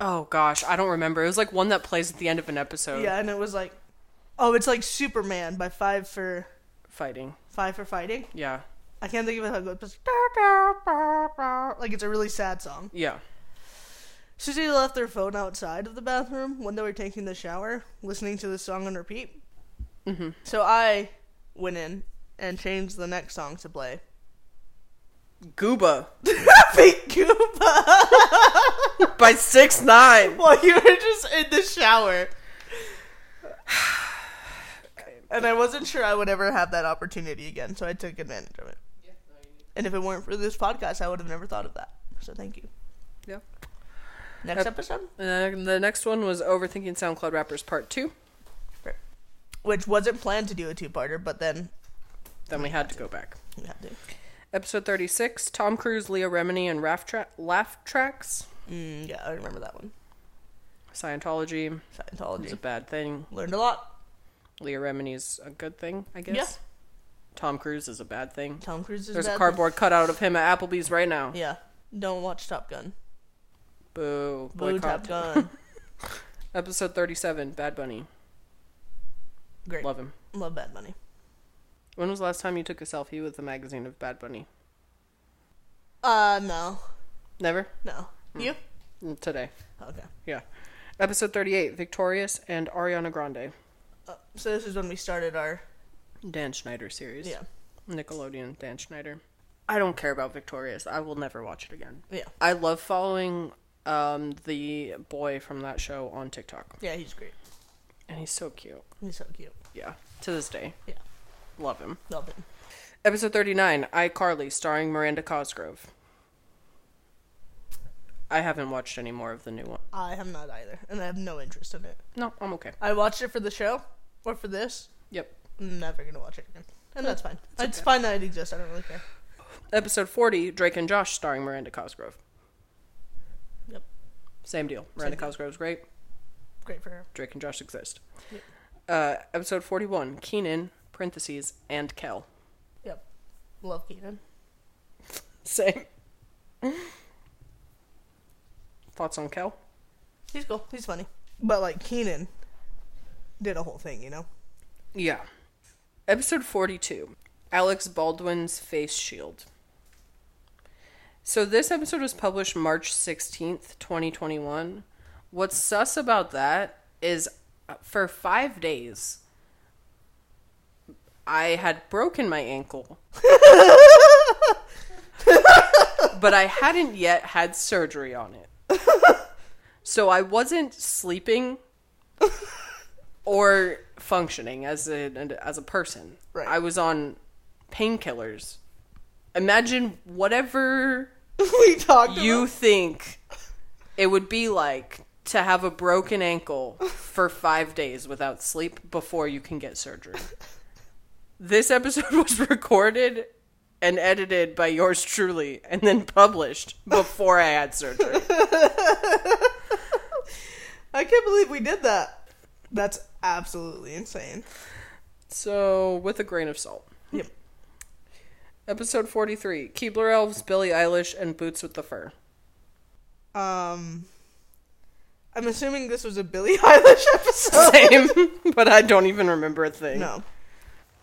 Speaker 1: Oh gosh, I don't remember. It was like one that plays at the end of an episode.
Speaker 2: Yeah, and it was like, oh, it's like Superman by Five for
Speaker 1: fighting.
Speaker 2: Five for Fighting.
Speaker 1: Yeah,
Speaker 2: I can't think of it how it goes. but it's like, Like it's a really sad song.
Speaker 1: yeah.
Speaker 2: Susie left their phone outside of the bathroom when they were taking the shower, listening to the song on repeat. Mm-hmm. So I went in and changed the next song to play.
Speaker 1: Gooba
Speaker 2: Big Goomba!
Speaker 1: by Six Nine.
Speaker 2: While you were just in the shower. And I wasn't sure I would ever have that opportunity again, so I took advantage of it. And if it weren't for this podcast, I would have never thought of that. So thank you.
Speaker 1: Yeah.
Speaker 2: Next episode?
Speaker 1: And the next one was overthinking SoundCloud rappers part two.
Speaker 2: Which wasn't planned to do a two parter, but then
Speaker 1: Then we had to go back.
Speaker 2: we had to.
Speaker 1: Episode 36 Tom Cruise, Leah Remini, and Raff Tra- Laugh Tracks.
Speaker 2: Mm, yeah, I remember that one.
Speaker 1: Scientology
Speaker 2: Scientology.
Speaker 1: is a bad thing.
Speaker 2: Learned a lot.
Speaker 1: Leah Remini's a good thing, I guess.
Speaker 2: Yeah.
Speaker 1: Tom Cruise is a bad thing.
Speaker 2: Tom Cruise is
Speaker 1: There's
Speaker 2: bad
Speaker 1: a cardboard cutout of him at Applebee's right now.
Speaker 2: thing. Yeah. Don't watch Top Gun.
Speaker 1: Boo.
Speaker 2: Blue
Speaker 1: Boycott.
Speaker 2: Top Gun.
Speaker 1: Episode 37 Bad Bunny.
Speaker 2: Great. Love,
Speaker 1: Love him.
Speaker 2: Bad Bunny.
Speaker 1: When was the last time you took a selfie with a magazine of Bad Bunny?
Speaker 2: Uh, no.
Speaker 1: Never?
Speaker 2: No. You?
Speaker 1: Mm, Today.
Speaker 2: Okay.
Speaker 1: Yeah. Episode 38 Victorious and Ariana Grande.
Speaker 2: Uh, so this is when we started our.
Speaker 1: Dan Schneider series.
Speaker 2: Yeah.
Speaker 1: Nickelodeon Dan Schneider. I don't care about Victorious. I will never watch it again.
Speaker 2: Yeah.
Speaker 1: I love following um, the boy from that show on TikTok,
Speaker 2: Yeah, he's great.
Speaker 1: and he's so cute.
Speaker 2: He's so cute.
Speaker 1: Yeah, to this day,
Speaker 2: Yeah.
Speaker 1: love him.
Speaker 2: Love him.
Speaker 1: Episode thirty nine, iCarly, starring Miranda Cosgrove. I haven't watched any more of the new one.
Speaker 2: I have not either, and I have no interest in it.
Speaker 1: No, I'm okay.
Speaker 2: I watched it for the show, or for this.
Speaker 1: Yep.
Speaker 2: I'm never gonna watch it again, and that's fine. It's fine that it exists. I don't really care.
Speaker 1: Episode 40, Drake and Josh starring Miranda Cosgrove.
Speaker 2: Yep.
Speaker 1: Same deal. Miranda Cosgrove's great.
Speaker 2: Great for her.
Speaker 1: Drake and Josh exist. Uh, episode 41, Keenan, parentheses, and Kel.
Speaker 2: Yep. Love Keenan.
Speaker 1: Same. Thoughts on Kel?
Speaker 2: He's cool. He's funny. But like Keenan did a whole thing, you know?
Speaker 1: Yeah. Episode 42 Alex Baldwin's Face Shield. So, this episode was published March 16th, 2021. What's sus about that is uh, for five days, I had broken my ankle, but I hadn't yet had surgery on it. So, I wasn't sleeping or functioning as a as a person.
Speaker 2: Right.
Speaker 1: I was on painkillers. Imagine whatever
Speaker 2: we talked
Speaker 1: you think it would be like to have a broken ankle for 5 days without sleep before you can get surgery. This episode was recorded and edited by yours truly and then published before I had surgery.
Speaker 2: I can't believe we did that. That's absolutely insane.
Speaker 1: So, with a grain of salt.
Speaker 2: Yep.
Speaker 1: Episode 43 Keebler Elves, Billie Eilish, and Boots with the Fur.
Speaker 2: Um I'm assuming this was a Billie Eilish episode.
Speaker 1: Same, but I don't even remember a thing.
Speaker 2: no.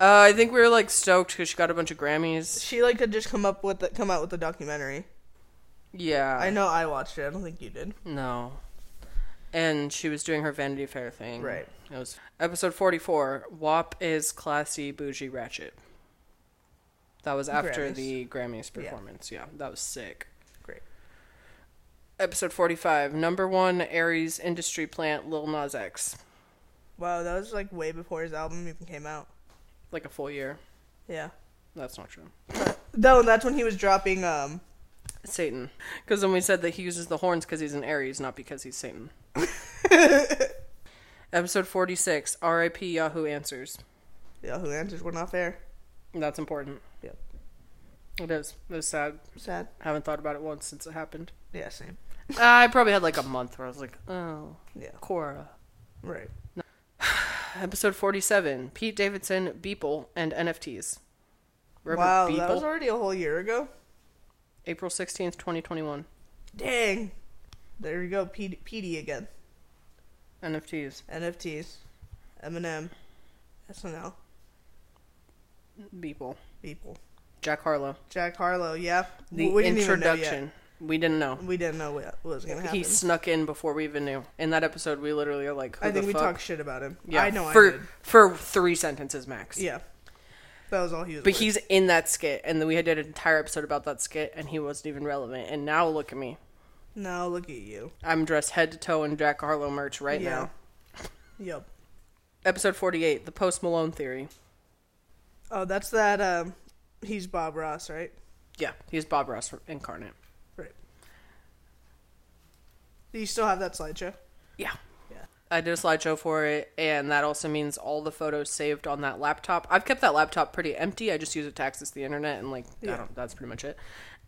Speaker 1: Uh, I think we were like stoked because she got a bunch of Grammys.
Speaker 2: She like had just come up with the, come out with a documentary.
Speaker 1: Yeah.
Speaker 2: I know I watched it. I don't think you did.
Speaker 1: No. And she was doing her Vanity Fair thing.
Speaker 2: Right.
Speaker 1: It was episode 44 WAP is classy, bougie, ratchet. That was after
Speaker 2: Grammys.
Speaker 1: the Grammys performance. yeah, that was sick.
Speaker 2: Great.
Speaker 1: Episode 45 Number one Aries industry plant, Lil Nas X.
Speaker 2: Wow, that was like way before his album even came out.
Speaker 1: Like a full year.
Speaker 2: Yeah.
Speaker 1: That's not true.
Speaker 2: No, that's when he was dropping um
Speaker 1: Satan. Because then we said that he uses the horns because he's an Aries, not because he's Satan. Episode 46 RIP Yahoo Answers.
Speaker 2: Yahoo Answers went off air.
Speaker 1: That's important.
Speaker 2: Yep.
Speaker 1: It is. It was sad.
Speaker 2: Sad.
Speaker 1: haven't thought about it once since it happened.
Speaker 2: Yeah, same.
Speaker 1: Uh, I probably had like a month where I was like, oh,
Speaker 2: Yeah.
Speaker 1: Cora.
Speaker 2: Right.
Speaker 1: Episode 47 Pete Davidson, Beeple, and NFTs. Remember
Speaker 2: wow,
Speaker 1: Beeple?
Speaker 2: that was already a whole year ago.
Speaker 1: April 16th, 2021.
Speaker 2: Dang. There you go, P- PD again.
Speaker 1: NFTs.
Speaker 2: NFTs, Eminem, SNL,
Speaker 1: Beeple.
Speaker 2: people.
Speaker 1: Jack Harlow.
Speaker 2: Jack Harlow, yeah.
Speaker 1: The
Speaker 2: we didn't even know yet.
Speaker 1: introduction. We didn't know.
Speaker 2: We didn't know what what was gonna happen.
Speaker 1: He snuck in before we even knew. In that episode, we literally are like, who
Speaker 2: I think
Speaker 1: the
Speaker 2: we
Speaker 1: fuck?
Speaker 2: talked shit about him.
Speaker 1: yeah,
Speaker 2: I know
Speaker 1: for,
Speaker 2: I did.
Speaker 1: For three sentences max.
Speaker 2: Yeah. That was all he was.
Speaker 1: But
Speaker 2: worth.
Speaker 1: he's in that skit, and then we had did an entire episode about that skit, and he wasn't even relevant. And now look at me.
Speaker 2: now look at you.
Speaker 1: I'm dressed head to toe in Jack Harlow merch right
Speaker 2: yeah.
Speaker 1: now.
Speaker 2: Yep.
Speaker 1: Episode 48, The Post Malone Theory.
Speaker 2: Oh, that's that. Um, he's Bob Ross, right?
Speaker 1: Yeah, he's Bob Ross incarnate.
Speaker 2: Right. Do you still have that slideshow?
Speaker 1: Yeah.
Speaker 2: Yeah.
Speaker 1: I did a slideshow for it, and that also means all the photos saved on that laptop. I've kept that laptop pretty empty. I just use it to access the internet, and like, I
Speaker 2: Yeah.
Speaker 1: don't, that's pretty much it.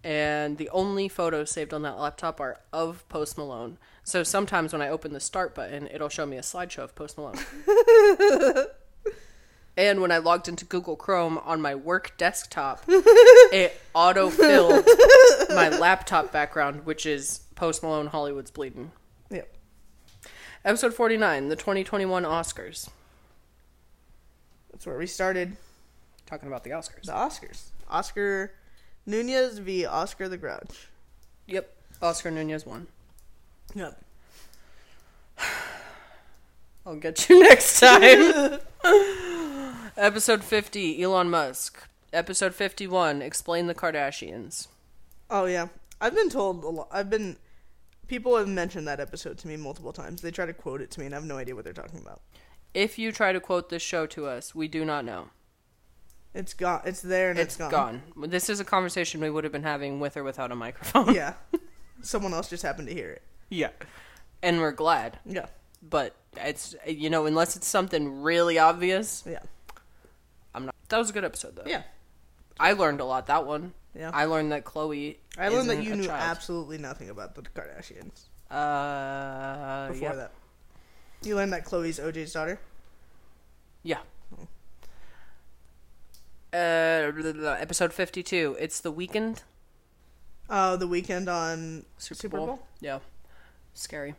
Speaker 1: And the only photos saved on that laptop are of Post Malone. So sometimes when I open the start button, it'll show me a slideshow of Post Malone. and when I logged into Google Chrome on my work desktop, it auto filled my laptop background, which is Post Malone Hollywood's Bleeding.
Speaker 2: Yep.
Speaker 1: Episode 49, the 2021 Oscars.
Speaker 2: That's where we started
Speaker 1: Talking about the Oscars.
Speaker 2: the Oscars. Oscar Nunez v. Oscar the Grouch.
Speaker 1: Yep. Oscar Nunez won.
Speaker 2: Yep.
Speaker 1: I'll get you next time. Episode 50, Elon Musk. Episode 51, Explain the Kardashians.
Speaker 2: Oh yeah, I've been told a lot. I've been people have mentioned that episode to me multiple times. They try to quote it to me, and I have no idea what they're talking about.
Speaker 1: If you try to quote this show to us, we do not know.
Speaker 2: It's gone. It's there, and
Speaker 1: It's
Speaker 2: it's gone.
Speaker 1: gone. This is a conversation we would have been having with or without a microphone.
Speaker 2: Yeah, someone else just happened to hear it.
Speaker 1: yeah. And we're glad.
Speaker 2: Yeah,
Speaker 1: But it's, you know, unless it's something really obvious,
Speaker 2: yeah,
Speaker 1: I'm not. That was a good episode, though.
Speaker 2: yeah.
Speaker 1: I learned a lot that one.
Speaker 2: Yeah.
Speaker 1: I learned that Chloe.
Speaker 2: I learned that you knew
Speaker 1: child.
Speaker 2: absolutely nothing about the Kardashians
Speaker 1: Uh,
Speaker 2: before
Speaker 1: yep.
Speaker 2: that. You learned that Chloe's OJ's daughter.
Speaker 1: Yeah. Uh, blah, blah, blah, episode 52. It's the weekend.
Speaker 2: Uh, the weekend on
Speaker 1: Super, Bowl. Yeah. Scary.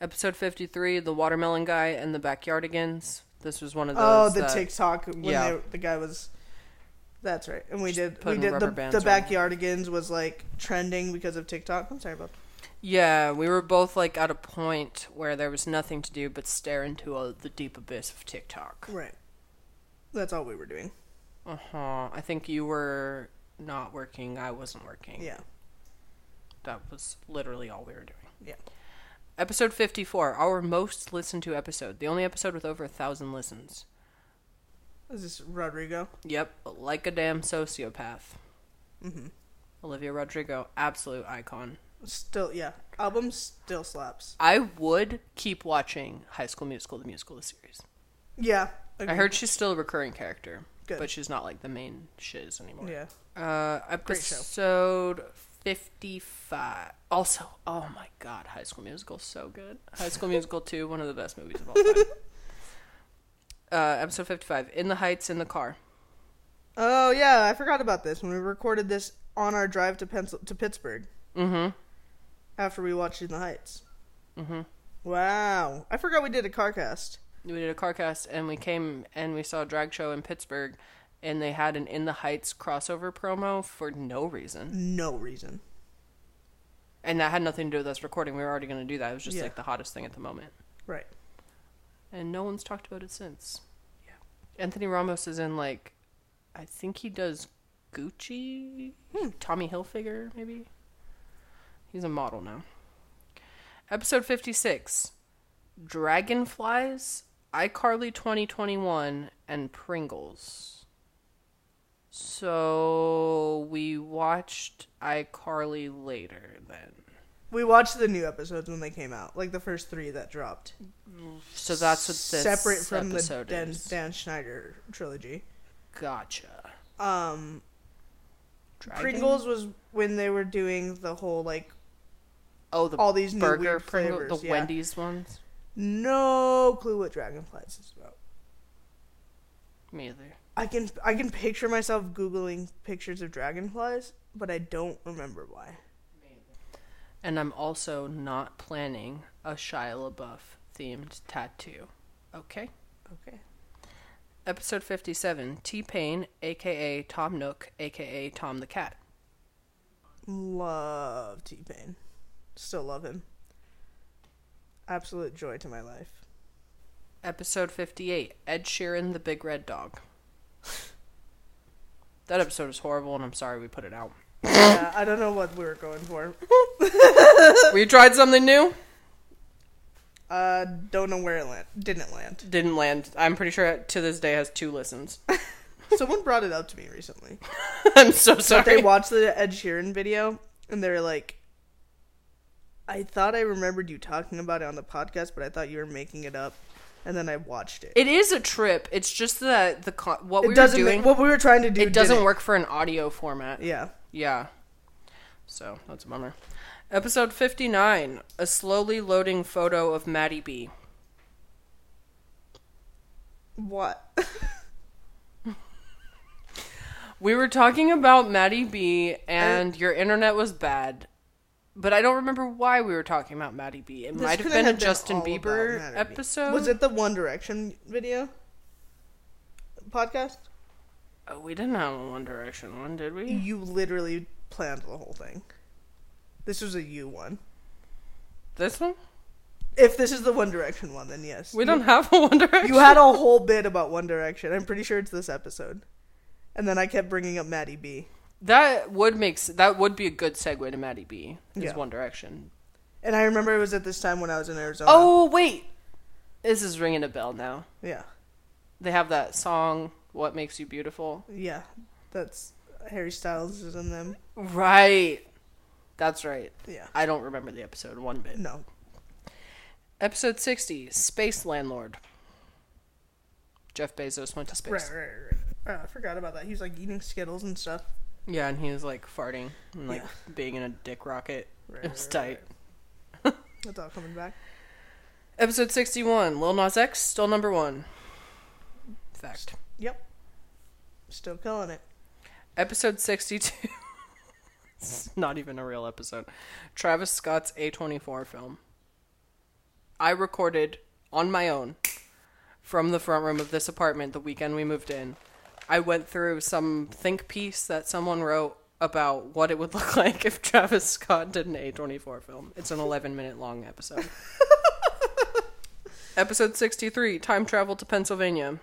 Speaker 1: Episode 53, The Watermelon Guy and the Backyardigans. This was one of those.
Speaker 2: Oh, the
Speaker 1: that-
Speaker 2: TikTok when
Speaker 1: Yeah.
Speaker 2: they, the guy was. That's right, and we did. We
Speaker 1: putting
Speaker 2: did the,
Speaker 1: rubber bands
Speaker 2: the
Speaker 1: on.
Speaker 2: backyardigans was like trending because of TikTok. I'm sorry, Bob.
Speaker 1: Yeah, we were both like at a point where there was nothing to do but stare into a, the deep abyss of TikTok.
Speaker 2: Right, that's all we were doing.
Speaker 1: Uh huh. I think you were not working. I wasn't working.
Speaker 2: Yeah,
Speaker 1: That was literally all we were doing.
Speaker 2: yeah.
Speaker 1: Episode 54, our most listened to episode. The only episode with over a thousand listens.
Speaker 2: Is this Rodrigo?
Speaker 1: Yep, like a damn sociopath. Mm-hmm. Olivia Rodrigo, absolute icon.
Speaker 2: Still, yeah. Album still slaps.
Speaker 1: I would keep watching High School Musical, the musical, the series.
Speaker 2: Yeah,
Speaker 1: I
Speaker 2: agree.
Speaker 1: heard she's still a recurring character,
Speaker 2: Good.
Speaker 1: but she's not like the main shiz anymore.
Speaker 2: Yeah,
Speaker 1: Uh,
Speaker 2: show.
Speaker 1: episode 55. Also, oh my god, High School Musical, so good. High School Musical 2, one of the best movies of all time. uh, episode 55, In the Heights, in the Car.
Speaker 2: Oh yeah, I forgot about this when we recorded this on our drive to Pencil to Pittsburgh. Mm-hmm.
Speaker 1: Mm
Speaker 2: After we watched In the Heights.
Speaker 1: hmm. Mm hmm.
Speaker 2: Wow, I forgot we did a car cast.
Speaker 1: We did a car cast and we came and we saw a drag show in Pittsburgh and they had an In the Heights crossover promo for no reason.
Speaker 2: No reason.
Speaker 1: And that had nothing to do with us recording. We were already going to do that. It was just
Speaker 2: Yeah.
Speaker 1: like the hottest thing at the moment.
Speaker 2: Right.
Speaker 1: and no one's talked about it since. Yeah. Anthony Ramos is in like, I think he does Gucci,
Speaker 2: Hmm.
Speaker 1: Tommy Hilfiger, maybe. He's a model now. Episode fifty six, Dragonflies, iCarly twenty twenty one, and Pringles. So we watched iCarly later then.
Speaker 2: We watched the new episodes when they came out, like the first three that dropped,
Speaker 1: So that's what this
Speaker 2: separate from the
Speaker 1: episode
Speaker 2: Dan,
Speaker 1: is.
Speaker 2: Dan Schneider trilogy.
Speaker 1: Gotcha.
Speaker 2: Um,
Speaker 1: Dragon-
Speaker 2: Pringles was when they were doing the whole like
Speaker 1: Oh, the
Speaker 2: all these new
Speaker 1: burger
Speaker 2: weird
Speaker 1: Pringle-
Speaker 2: flavors,
Speaker 1: the
Speaker 2: yeah.
Speaker 1: Wendy's ones.
Speaker 2: no clue what Dragonflies is about.
Speaker 1: Me either.
Speaker 2: I can I can picture myself googling pictures of dragonflies, but I don't remember why.
Speaker 1: And I'm also not planning a Shia LaBeouf themed tattoo. Okay.
Speaker 2: Okay.
Speaker 1: Episode 57 T Pain, aka Tom Nook, aka Tom the Cat.
Speaker 2: Love T Pain. Still love him. Absolute joy to my life.
Speaker 1: Episode 58 Ed Sheeran, the Big Red Dog. that episode is horrible, and I'm sorry we put it out.
Speaker 2: yeah, I don't know what we were going for.
Speaker 1: we tried something new.
Speaker 2: Uh, don't know where it land. Didn't land.
Speaker 1: Didn't land. I'm pretty sure it, to this day has two listens.
Speaker 2: Someone brought it up to me recently.
Speaker 1: I'm so
Speaker 2: But
Speaker 1: sorry.
Speaker 2: they watched the Ed Sheeran video and they're like, "I thought I remembered you talking about it on the podcast, but I thought you were making it up." And then I watched it.
Speaker 1: It is a trip. It's just that the con- what we
Speaker 2: it
Speaker 1: were
Speaker 2: doesn't
Speaker 1: doing
Speaker 2: make, what we were trying to do.
Speaker 1: it doesn't
Speaker 2: didn't.
Speaker 1: work for an audio format.
Speaker 2: Yeah.
Speaker 1: Yeah. So that's a bummer. Episode fifty nine: a slowly loading photo of Maddie B.
Speaker 2: What?
Speaker 1: We were talking about Maddie B, and your internet was bad. But I don't remember why we were talking about Maddie B. It might have
Speaker 2: couldn't
Speaker 1: been a
Speaker 2: been
Speaker 1: Justin
Speaker 2: all about
Speaker 1: Bieber
Speaker 2: Matter Me.
Speaker 1: episode.
Speaker 2: Was it the One Direction video podcast?
Speaker 1: Oh, we didn't have a One Direction one, did we?
Speaker 2: You literally planned the whole thing. This was a you one.
Speaker 1: This one?
Speaker 2: If this is the One Direction one, then yes.
Speaker 1: We don't have a One Direction.
Speaker 2: You had a whole bit about One Direction. I'm pretty sure it's this episode. And then I kept bringing up Maddie B.
Speaker 1: That would make s- that would be a good segue to Maddie B. Is
Speaker 2: Yeah.
Speaker 1: One Direction.
Speaker 2: And I remember it was at this time when I was in Arizona.
Speaker 1: Oh wait, this is ringing a bell now.
Speaker 2: yeah,
Speaker 1: They have that song "What Makes You Beautiful."
Speaker 2: yeah. That's Harry Styles is in them.
Speaker 1: Right. That's right.
Speaker 2: Yeah.
Speaker 1: I don't remember the episode one bit.
Speaker 2: No,
Speaker 1: Episode sixty, Space Landlord. Jeff Bezos went to space.
Speaker 2: Right, right, right. right. Uh, I forgot about that. He was like eating Skittles and stuff.
Speaker 1: Yeah, and he was like farting and like being in a dick rocket. It was tight.
Speaker 2: That's all coming back.
Speaker 1: Episode 61 Lil Nas X, still number one. Fact.
Speaker 2: Yep. Still killing it.
Speaker 1: Episode 62. it's not even a real episode. Travis Scott's A24 film. I recorded on my own from the front room of this apartment the weekend we moved in. I went through some think piece that someone wrote about what it would look like if Travis Scott did an A24 film. It's an 11 minute long episode. episode 63 Time Travel to Pennsylvania.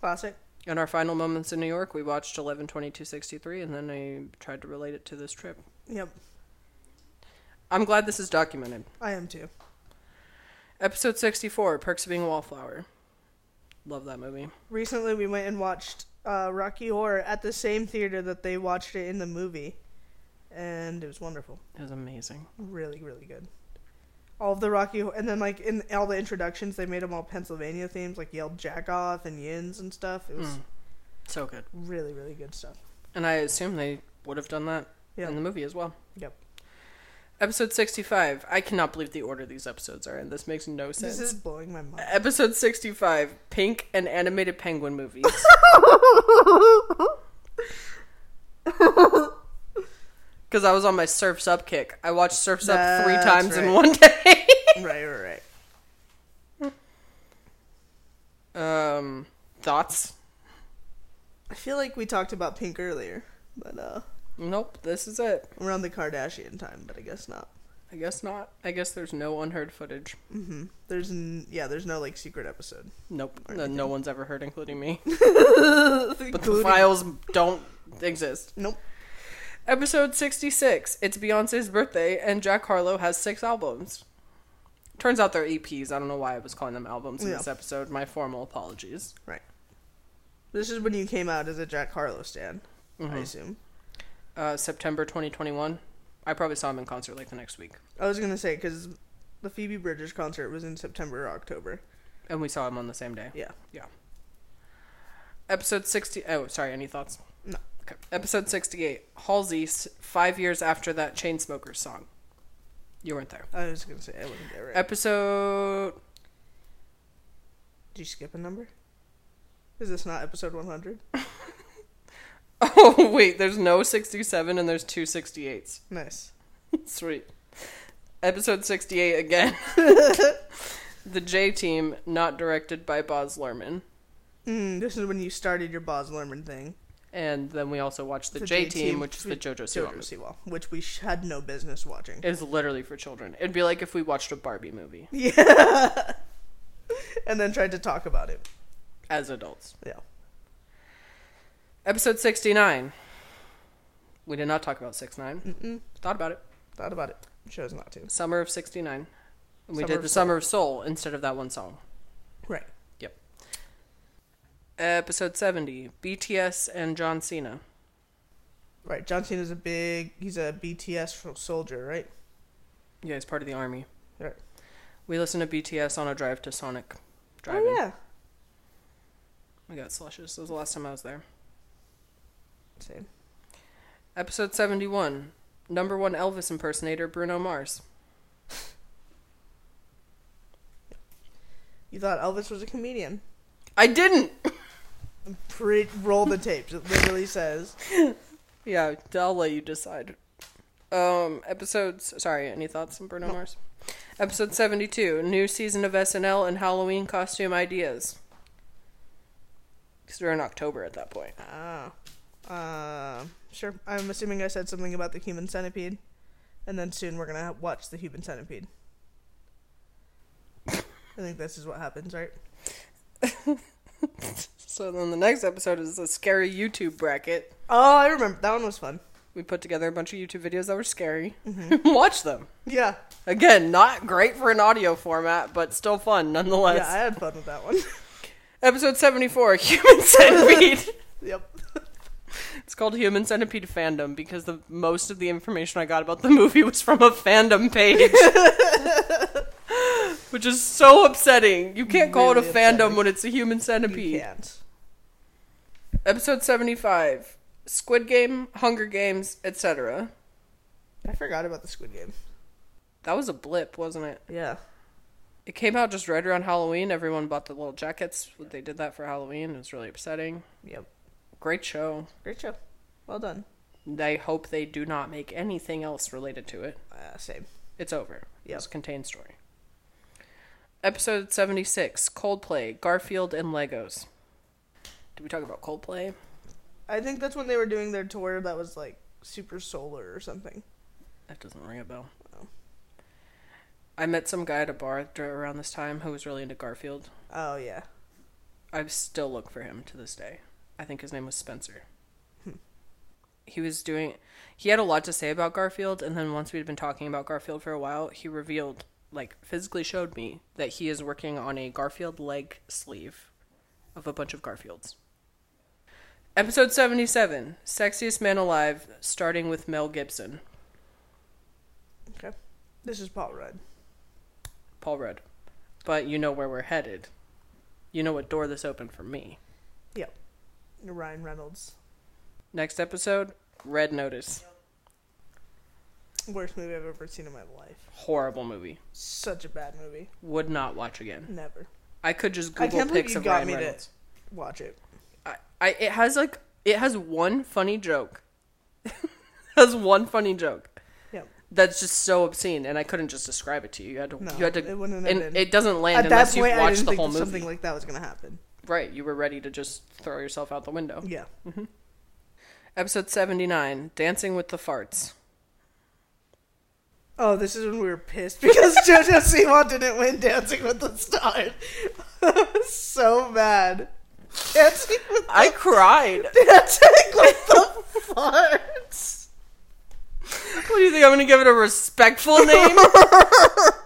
Speaker 2: Classic.
Speaker 1: In our final moments in New York, we watched 11 63 and then I tried to relate it to this trip.
Speaker 2: Yep.
Speaker 1: I'm glad this is documented.
Speaker 2: I am too.
Speaker 1: Episode 64 Perks of Being a Wallflower. Love that movie.
Speaker 2: Recently, we went and watched uh, Rocky Horror at the same theater that they watched it in the movie, and it was wonderful.
Speaker 1: It was amazing.
Speaker 2: Really, really good. All of the Rocky, Hor- and then like in all the introductions, they made them all Pennsylvania themes, like yelled Jack off and Yins and stuff. It was
Speaker 1: So good.
Speaker 2: really, really good stuff.
Speaker 1: And I assume they would have done that
Speaker 2: Yeah.
Speaker 1: in the movie as well.
Speaker 2: Yep.
Speaker 1: Episode 65. I cannot believe the order these episodes are in. This makes no sense.
Speaker 2: This is blowing my mind.
Speaker 1: Episode 65 Pink and Animated Penguin Movies. Because I was on my Surf's Up kick. I watched Surf's Up three
Speaker 2: That's
Speaker 1: times in
Speaker 2: right.
Speaker 1: one day.
Speaker 2: right, right, right.
Speaker 1: um, thoughts?
Speaker 2: I feel like we talked about Pink earlier, but uh,
Speaker 1: Nope, this is it.
Speaker 2: we're on the Kardashian time, but I guess not.
Speaker 1: I guess not. I guess there's no unheard footage.
Speaker 2: Mm-hmm. There's n- yeah, there's no like secret episode.
Speaker 1: Nope, that no one's ever heard, including me. But the
Speaker 2: Including-
Speaker 1: files don't exist.
Speaker 2: Nope.
Speaker 1: Episode 66. It's Beyonce's birthday, and Jack Harlow has six albums. Turns out they're EPs. I don't know why I was calling them albums in
Speaker 2: Yeah.
Speaker 1: this episode. My formal apologies.
Speaker 2: Right. This is when you came out as a Jack Harlow stan, I assume.
Speaker 1: Uh, September 2021. I probably saw him in concert like the next week.
Speaker 2: I was gonna say because the Phoebe Bridgers concert was in September or October.
Speaker 1: And we saw him on the same day.
Speaker 2: Yeah.
Speaker 1: Yeah. Episode 60. Oh, sorry. Any thoughts?
Speaker 2: No.
Speaker 1: Okay. Episode 68. Halsey, s- five years after that Chainsmokers song. You weren't there.
Speaker 2: I was gonna say I wasn't there. Right?
Speaker 1: Episode.
Speaker 2: Did you skip a number? Is this not episode 100?
Speaker 1: Oh, wait. There's no 67 and there's two 68s.
Speaker 2: Nice.
Speaker 1: Sweet. Episode 68 again. the J Team, not directed by Boz Lerman.
Speaker 2: Mm, this is when you started your Boz Lerman thing.
Speaker 1: And then we also watched the, J Team, which is the JoJo Siwa
Speaker 2: JoJo
Speaker 1: movie.
Speaker 2: Siwa, which we sh- had no business watching.
Speaker 1: It's literally for children. It'd be like if we watched a Barbie movie
Speaker 2: Yeah. and then tried to talk about it.
Speaker 1: as adults.
Speaker 2: Yeah.
Speaker 1: Episode 69. We did not talk about 69. Thought about it.
Speaker 2: Thought about it. Chose not to.
Speaker 1: Summer of 69. And we
Speaker 2: Summer
Speaker 1: did
Speaker 2: of
Speaker 1: the
Speaker 2: Soul.
Speaker 1: Summer of Soul instead of that one song.
Speaker 2: Right.
Speaker 1: Yep. Episode 70. BTS and John Cena.
Speaker 2: Right. John Cena's a big. He's a BTS soldier, right?
Speaker 1: Yeah, he's part of the army.
Speaker 2: Right.
Speaker 1: We listened to BTS on a drive to Sonic. Driving.
Speaker 2: Oh yeah.
Speaker 1: We got slushes. That was the last time I was there.
Speaker 2: Same.
Speaker 1: Episode 71. Number one Elvis impersonator, Bruno Mars.
Speaker 2: You thought Elvis was a comedian?
Speaker 1: I didn't!
Speaker 2: Pre- roll the tapes. It literally says.
Speaker 1: yeah, I'll let you decide. Um, episodes. Sorry, any thoughts on Bruno Mars? Episode 72. New season of SNL and Halloween costume ideas. Because we're in October at that point.
Speaker 2: Ah. Uh, sure. I'm assuming I said something about the human centipede, and then soon we're gonna ha- watch the human centipede. I think this is what happens, right?
Speaker 1: So then the next episode is a scary YouTube bracket.
Speaker 2: Oh, I remember. That one was fun.
Speaker 1: We put together a bunch of YouTube videos that were scary. Watch them.
Speaker 2: Yeah.
Speaker 1: Again, not great for an audio format, but still fun nonetheless.
Speaker 2: Yeah, I had fun with that one.
Speaker 1: Episode 74 Human Centipede.
Speaker 2: yep.
Speaker 1: it's called Human Centipede Fandom because the most of the information I got about the movie was from a fandom page. Which is so upsetting. You can't call
Speaker 2: Really
Speaker 1: it a fandom
Speaker 2: upsetting.
Speaker 1: when it's a human
Speaker 2: You
Speaker 1: centipede.
Speaker 2: can't.
Speaker 1: Episode 75 Squid Game, Hunger Games, etc.
Speaker 2: I forgot about the Squid Game.
Speaker 1: That was a blip, wasn't it?
Speaker 2: Yeah.
Speaker 1: It came out just right around Halloween. Everyone bought the little jackets. They did that for Halloween. It was really upsetting.
Speaker 2: Yep.
Speaker 1: Great show.
Speaker 2: Great show. Well done.
Speaker 1: I hope they do not make anything else related to it.
Speaker 2: Uh, same.
Speaker 1: It's over.
Speaker 2: Yep.
Speaker 1: It's a contained story. Episode 76 Coldplay, Garfield, and Legos. Did we talk about Coldplay?
Speaker 2: I think that's when they were doing their tour that was like super solar or something.
Speaker 1: That doesn't ring a bell.
Speaker 2: Oh.
Speaker 1: I met some guy at a bar dur- around this time who was really into Garfield.
Speaker 2: Oh yeah.
Speaker 1: I still look for him to this day. I think his name was Spencer. he was doing. He had a lot to say about Garfield, and then once we'd been talking about Garfield for a while, he revealed, like, physically showed me that he is working on a Garfield leg sleeve of a bunch of Garfields. Episode 77 Sexiest Man Alive, starting with Mel Gibson.
Speaker 2: Okay. This is Paul Rudd.
Speaker 1: Paul Rudd. But you know where we're headed. You know what door this opened for me.
Speaker 2: Yep. Ryan Reynolds.
Speaker 1: Next episode, Red Notice.
Speaker 2: Worst movie I've ever seen in my life.
Speaker 1: Horrible movie.
Speaker 2: Such a bad movie.
Speaker 1: Would not watch again.
Speaker 2: Never.
Speaker 1: I could just
Speaker 2: I
Speaker 1: Google
Speaker 2: can't believe
Speaker 1: pics
Speaker 2: you
Speaker 1: of
Speaker 2: got
Speaker 1: Ryan
Speaker 2: me
Speaker 1: Reynolds.
Speaker 2: to watch it.
Speaker 1: I, I, it has like it has one funny joke. it has one funny joke
Speaker 2: Yep.
Speaker 1: that's just so obscene, and I couldn't just describe it to you. You had to.
Speaker 2: No,
Speaker 1: you had to.
Speaker 2: it wouldn't have
Speaker 1: and
Speaker 2: been-
Speaker 1: It doesn't land
Speaker 2: At that
Speaker 1: unless
Speaker 2: point,
Speaker 1: you've
Speaker 2: I
Speaker 1: watched
Speaker 2: didn't
Speaker 1: the
Speaker 2: think
Speaker 1: whole
Speaker 2: that
Speaker 1: movie.
Speaker 2: something like that was gonna happen.
Speaker 1: Right, you were ready to just throw yourself out the window.
Speaker 2: Yeah.
Speaker 1: Episode seventy nine, Dancing with the Farts.
Speaker 2: Oh, this is when we were pissed because JoJo Siwa didn't win Dancing with the Stars. so bad. Dancing with
Speaker 1: I cried.
Speaker 2: the, dancing with the farts.
Speaker 1: What do you think? I'm gonna give it a respectful name.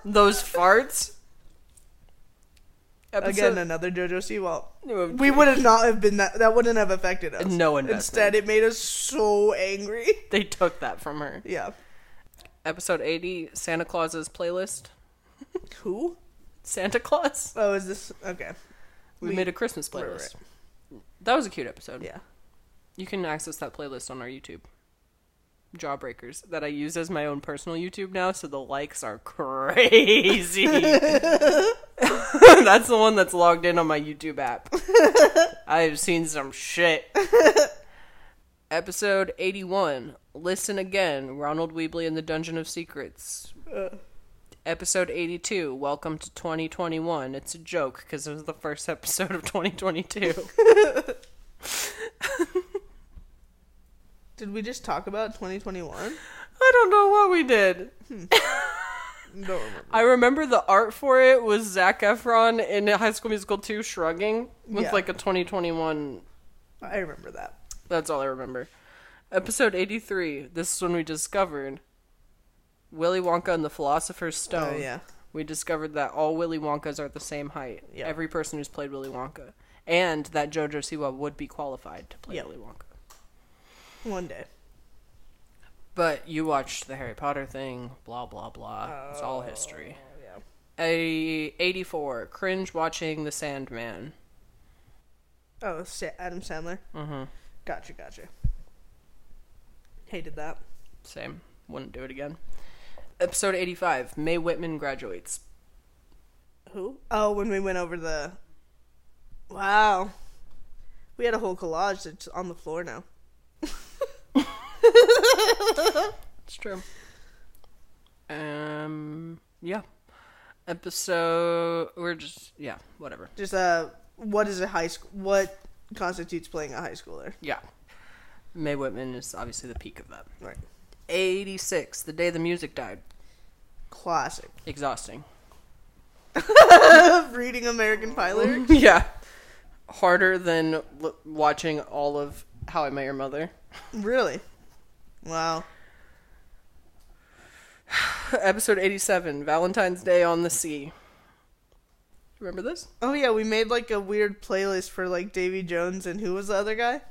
Speaker 1: Those farts.
Speaker 2: Again,
Speaker 1: Episode-
Speaker 2: another JoJo Siwa.
Speaker 1: No, I'm
Speaker 2: We would have not have been that. That wouldn't have affected us.
Speaker 1: No investment.
Speaker 2: Instead, it made us so angry.
Speaker 1: they took that from her.
Speaker 2: Yeah.
Speaker 1: Episode 80, Santa Claus's playlist.
Speaker 2: Who?
Speaker 1: Santa Claus.
Speaker 2: Oh, is this okay?
Speaker 1: We,
Speaker 2: We-
Speaker 1: made a Christmas
Speaker 2: right,
Speaker 1: playlist. That was a cute episode.
Speaker 2: Yeah.
Speaker 1: You can access that playlist on our YouTube. Jawbreakers that I use as my own personal YouTube now, so the likes are crazy. that's the one that's logged in on my YouTube app. I've seen some shit. Episode 81 Listen Again Ronald Weebly in the Dungeon of Secrets. Episode 82 Welcome to 2021. It's a joke because it was the first episode of 2022.
Speaker 2: Did we just talk about 2021?
Speaker 1: I don't know what we did.
Speaker 2: Don't remember.
Speaker 1: I remember the art for it was Zach Efron in High School Musical 2 shrugging with
Speaker 2: Yeah.
Speaker 1: like a 2021.
Speaker 2: I remember that.
Speaker 1: That's all I remember. Episode 83. This is when we discovered Willy Wonka and the Philosopher's Stone.
Speaker 2: Oh yeah.
Speaker 1: We discovered that all Willy Wonkas are the same height.
Speaker 2: Yeah.
Speaker 1: Every person who's played Willy Wonka. And that Jojo Siwa would be qualified to play
Speaker 2: Yeah.
Speaker 1: Willy Wonka.
Speaker 2: One day.
Speaker 1: But you watched the Harry Potter thing, blah, blah, blah. It's all history.
Speaker 2: Oh yeah.
Speaker 1: A 84 cringe watching the sandman
Speaker 2: Oh, Sa- Adam Sandler.
Speaker 1: mm-hmm.
Speaker 2: Gotcha, gotcha. Hated that.
Speaker 1: same wouldn't do it again episode 85 may whitman graduates
Speaker 2: Who? Oh, when we went over the. Wow. We had a whole collage that's on the floor now.
Speaker 1: it's true um yeah episode we're just yeah whatever
Speaker 2: Just uh, what is a high school? What constitutes playing a high schooler?
Speaker 1: yeah may whitman is obviously the peak of that
Speaker 2: Right.
Speaker 1: 86 the day the music died
Speaker 2: Classic.
Speaker 1: exhausting
Speaker 2: Reading American Pie lyrics.
Speaker 1: yeah harder than l- watching all of how i met your mother
Speaker 2: Really? Wow.
Speaker 1: episode 87 valentine's day on the sea remember this
Speaker 2: Oh yeah, we made like a weird playlist for like Davy Jones and who was the other guy?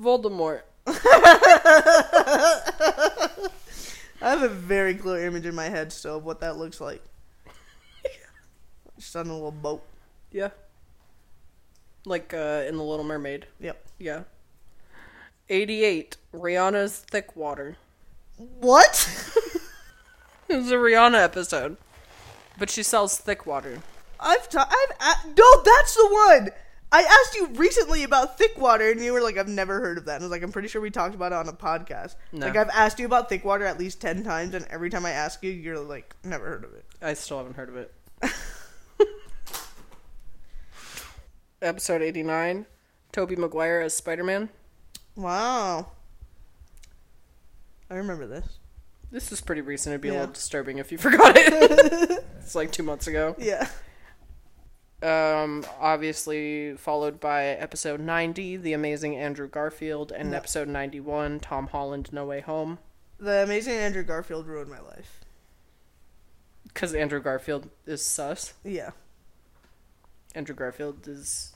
Speaker 1: voldemort
Speaker 2: I have a very clear image in my head still of what that looks like. Just on a little boat.
Speaker 1: yeah like uh, in The Little Mermaid.
Speaker 2: Yep.
Speaker 1: Yeah. 88. Rihanna's Thick Water.
Speaker 2: What?
Speaker 1: It was a Rihanna episode. But she sells thick water.
Speaker 2: I've ta- I've a- no, that's the one. I asked you recently about thick water, and you were like, "I've never heard of that." And I was like, "I'm pretty sure we talked about it on a podcast."
Speaker 1: No.
Speaker 2: Like I've asked you about thick water at least ten times, and every time I ask you, you're like, "Never heard of it."
Speaker 1: I still haven't heard of it. Episode 89. Toby Maguire as Spider Man.
Speaker 2: Wow. I remember this.
Speaker 1: This is pretty recent. It'd be a
Speaker 2: Yeah.
Speaker 1: little disturbing if you forgot it. it's like two months ago.
Speaker 2: Yeah.
Speaker 1: Um, obviously, followed by episode 90, The Amazing Andrew Garfield, and
Speaker 2: Yeah.
Speaker 1: episode 91, Tom Holland, No Way Home.
Speaker 2: The Amazing Andrew Garfield ruined my life.
Speaker 1: Because Andrew Garfield is sus.
Speaker 2: Yeah.
Speaker 1: Andrew Garfield is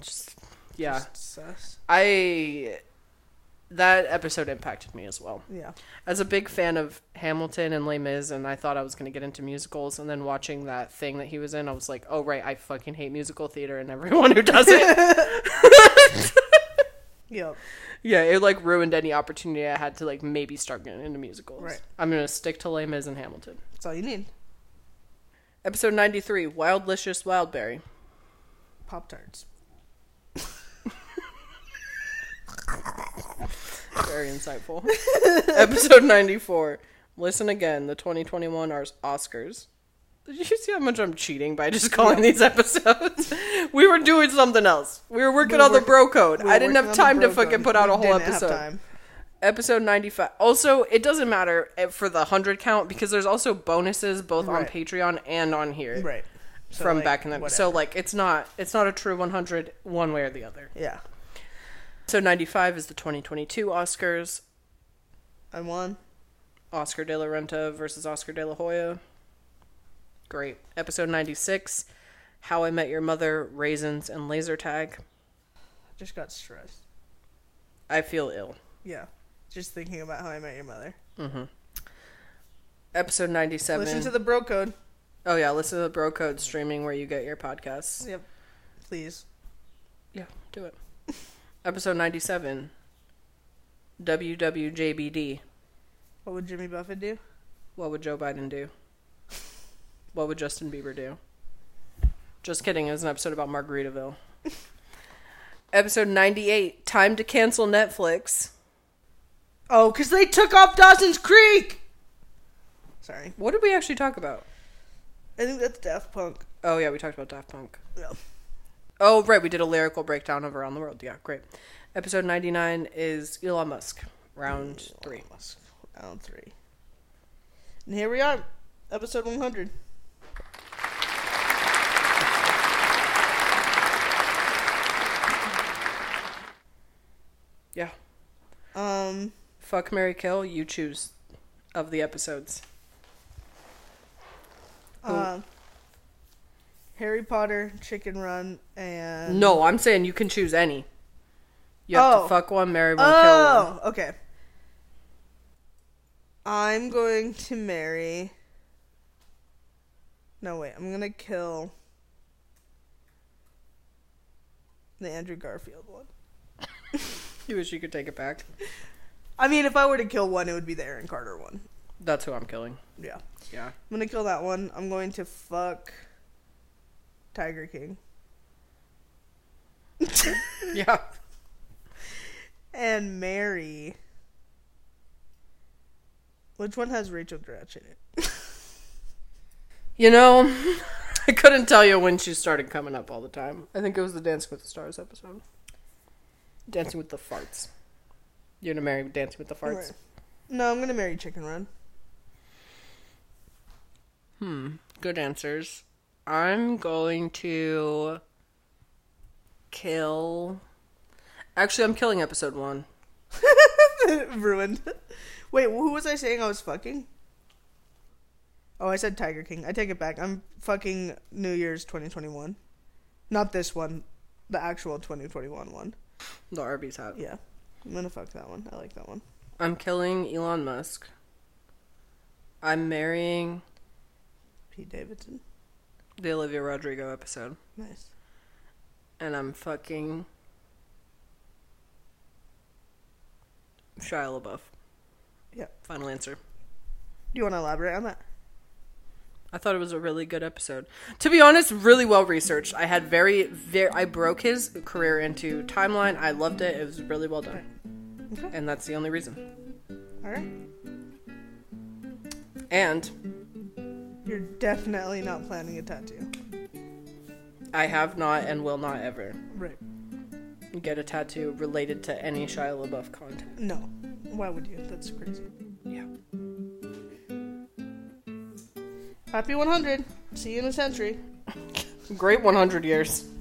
Speaker 1: just yeah.
Speaker 2: Sus.
Speaker 1: I that episode impacted me as well.
Speaker 2: Yeah.
Speaker 1: As a big fan of Hamilton and Les Mis, and I thought I was going to get into musicals, and then watching that thing that he was in, I was like, oh right, I fucking hate musical theater and everyone who does it.
Speaker 2: Yep.
Speaker 1: yeah, it like ruined any opportunity I had to like maybe start getting into musicals.
Speaker 2: Right.
Speaker 1: I'm gonna stick to Les Mis and Hamilton.
Speaker 2: That's all you need.
Speaker 1: Episode ninety three, Wildlicious Wildberry.
Speaker 2: Pop tarts.
Speaker 1: Very insightful. Episode 94. Listen again, the 2021 Ars- Oscars. Did you see how much I'm cheating by just calling these episodes? we were doing something else. We were working
Speaker 2: We
Speaker 1: on the
Speaker 2: were-
Speaker 1: bro code.
Speaker 2: We were
Speaker 1: I didn't
Speaker 2: working
Speaker 1: have
Speaker 2: on the
Speaker 1: time to
Speaker 2: bro
Speaker 1: fucking
Speaker 2: code.
Speaker 1: put out
Speaker 2: We
Speaker 1: a whole
Speaker 2: didn't have
Speaker 1: episode.
Speaker 2: time.
Speaker 1: Episode 95. Also, it doesn't matter eh, for the 100 count because there's also bonuses both on
Speaker 2: Right.
Speaker 1: Patreon and on here.
Speaker 2: Right. So,
Speaker 1: From
Speaker 2: like,
Speaker 1: back in the
Speaker 2: whatever.
Speaker 1: so like it's not it's not a true 100 one way or the other.
Speaker 2: Yeah.
Speaker 1: So 95 is the 2022 Oscars.
Speaker 2: I won.
Speaker 1: Oscar de la Renta versus Oscar de la Hoya. Great. Episode 96 How I Met Your Mother, Raisins, and Laser Tag.
Speaker 2: Just got stressed.
Speaker 1: I feel ill. Mm-hmm.
Speaker 2: Yeah. Just thinking about how I met your mother.
Speaker 1: Episode 97.
Speaker 2: Listen to the bro code.
Speaker 1: oh, yeah. Listen to the Bro Code streaming where you get your podcasts.
Speaker 2: Yep. Please.
Speaker 1: Yeah, do it. Episode 97 WWJBD.
Speaker 2: What would Jimmy Buffett do?
Speaker 1: What would Joe Biden do? What would Justin Bieber do? Just kidding. It was an episode about Margaritaville. episode 98 Time to Cancel Netflix.
Speaker 2: Oh, because they took off Dawson's Creek! Sorry.
Speaker 1: What did we actually talk about?
Speaker 2: I think that's Daft Punk.
Speaker 1: Oh, yeah, we talked about Daft Punk.
Speaker 2: Yeah.
Speaker 1: Oh, right. We did a lyrical breakdown of Around the World. Yeah, great. Episode 99 is Elon Musk, round three.
Speaker 2: Musk. Round three. And here we are. Episode 100.
Speaker 1: Yeah.
Speaker 2: Um,
Speaker 1: Fuck Mary Kill, you choose of the episodes.
Speaker 2: uh, Harry Potter, Chicken Run, and...
Speaker 1: No, I'm saying you can choose any. You have
Speaker 2: Oh.
Speaker 1: to fuck one, marry one, kill one.
Speaker 2: Oh, okay. I'm going to marry. No, wait. I'm going to kill the Andrew Garfield one.
Speaker 1: You wish you could take it back.
Speaker 2: I mean, if I were to kill one, it would be the Aaron Carter one.
Speaker 1: That's who I'm killing.
Speaker 2: Yeah.
Speaker 1: Yeah.
Speaker 2: I'm going to kill that one. I'm going to fuck Tiger King.
Speaker 1: Yeah.
Speaker 2: and marry. Which one has Rachel Dratch in it?
Speaker 1: You know, I couldn't tell you when she started coming up all the time. I think it was the Dancing with the Stars episode. Dancing with the Farts. You're gonna marry Dancing with the Farts?
Speaker 2: Right. No, I'm going to marry Chicken Run.
Speaker 1: Good answers. I'm going to kill. Actually, I'm killing episode one.
Speaker 2: ruined. Wait, who was I saying I was fucking? Oh, I said Tiger King. I take it back. I'm fucking New Year's 2021. Not this one, the actual 2021 one.
Speaker 1: The Arby's hat.
Speaker 2: Yeah. I'm gonna fuck that one. I like that one.
Speaker 1: I'm killing Elon Musk. I'm marrying
Speaker 2: Pete Davidson.
Speaker 1: the Olivia Rodrigo episode.
Speaker 2: Nice.
Speaker 1: and I'm fucking Shia LaBeouf.
Speaker 2: Yeah.
Speaker 1: Final answer.
Speaker 2: Do you want to elaborate on that?
Speaker 1: I thought it was a really good episode. To be honest, really well researched. I had very, very. I broke his career into timeline. I loved it. It was really well done,
Speaker 2: Okay.
Speaker 1: and that's the only reason.
Speaker 2: All right.
Speaker 1: And
Speaker 2: You're definitely not planning a tattoo.
Speaker 1: I have not and will not ever
Speaker 2: Right.
Speaker 1: get a tattoo related to any Shia LaBeouf content.
Speaker 2: No. Why would you? That's crazy.
Speaker 1: Yeah.
Speaker 2: Happy 100. See you in a century.
Speaker 1: Great 100 years.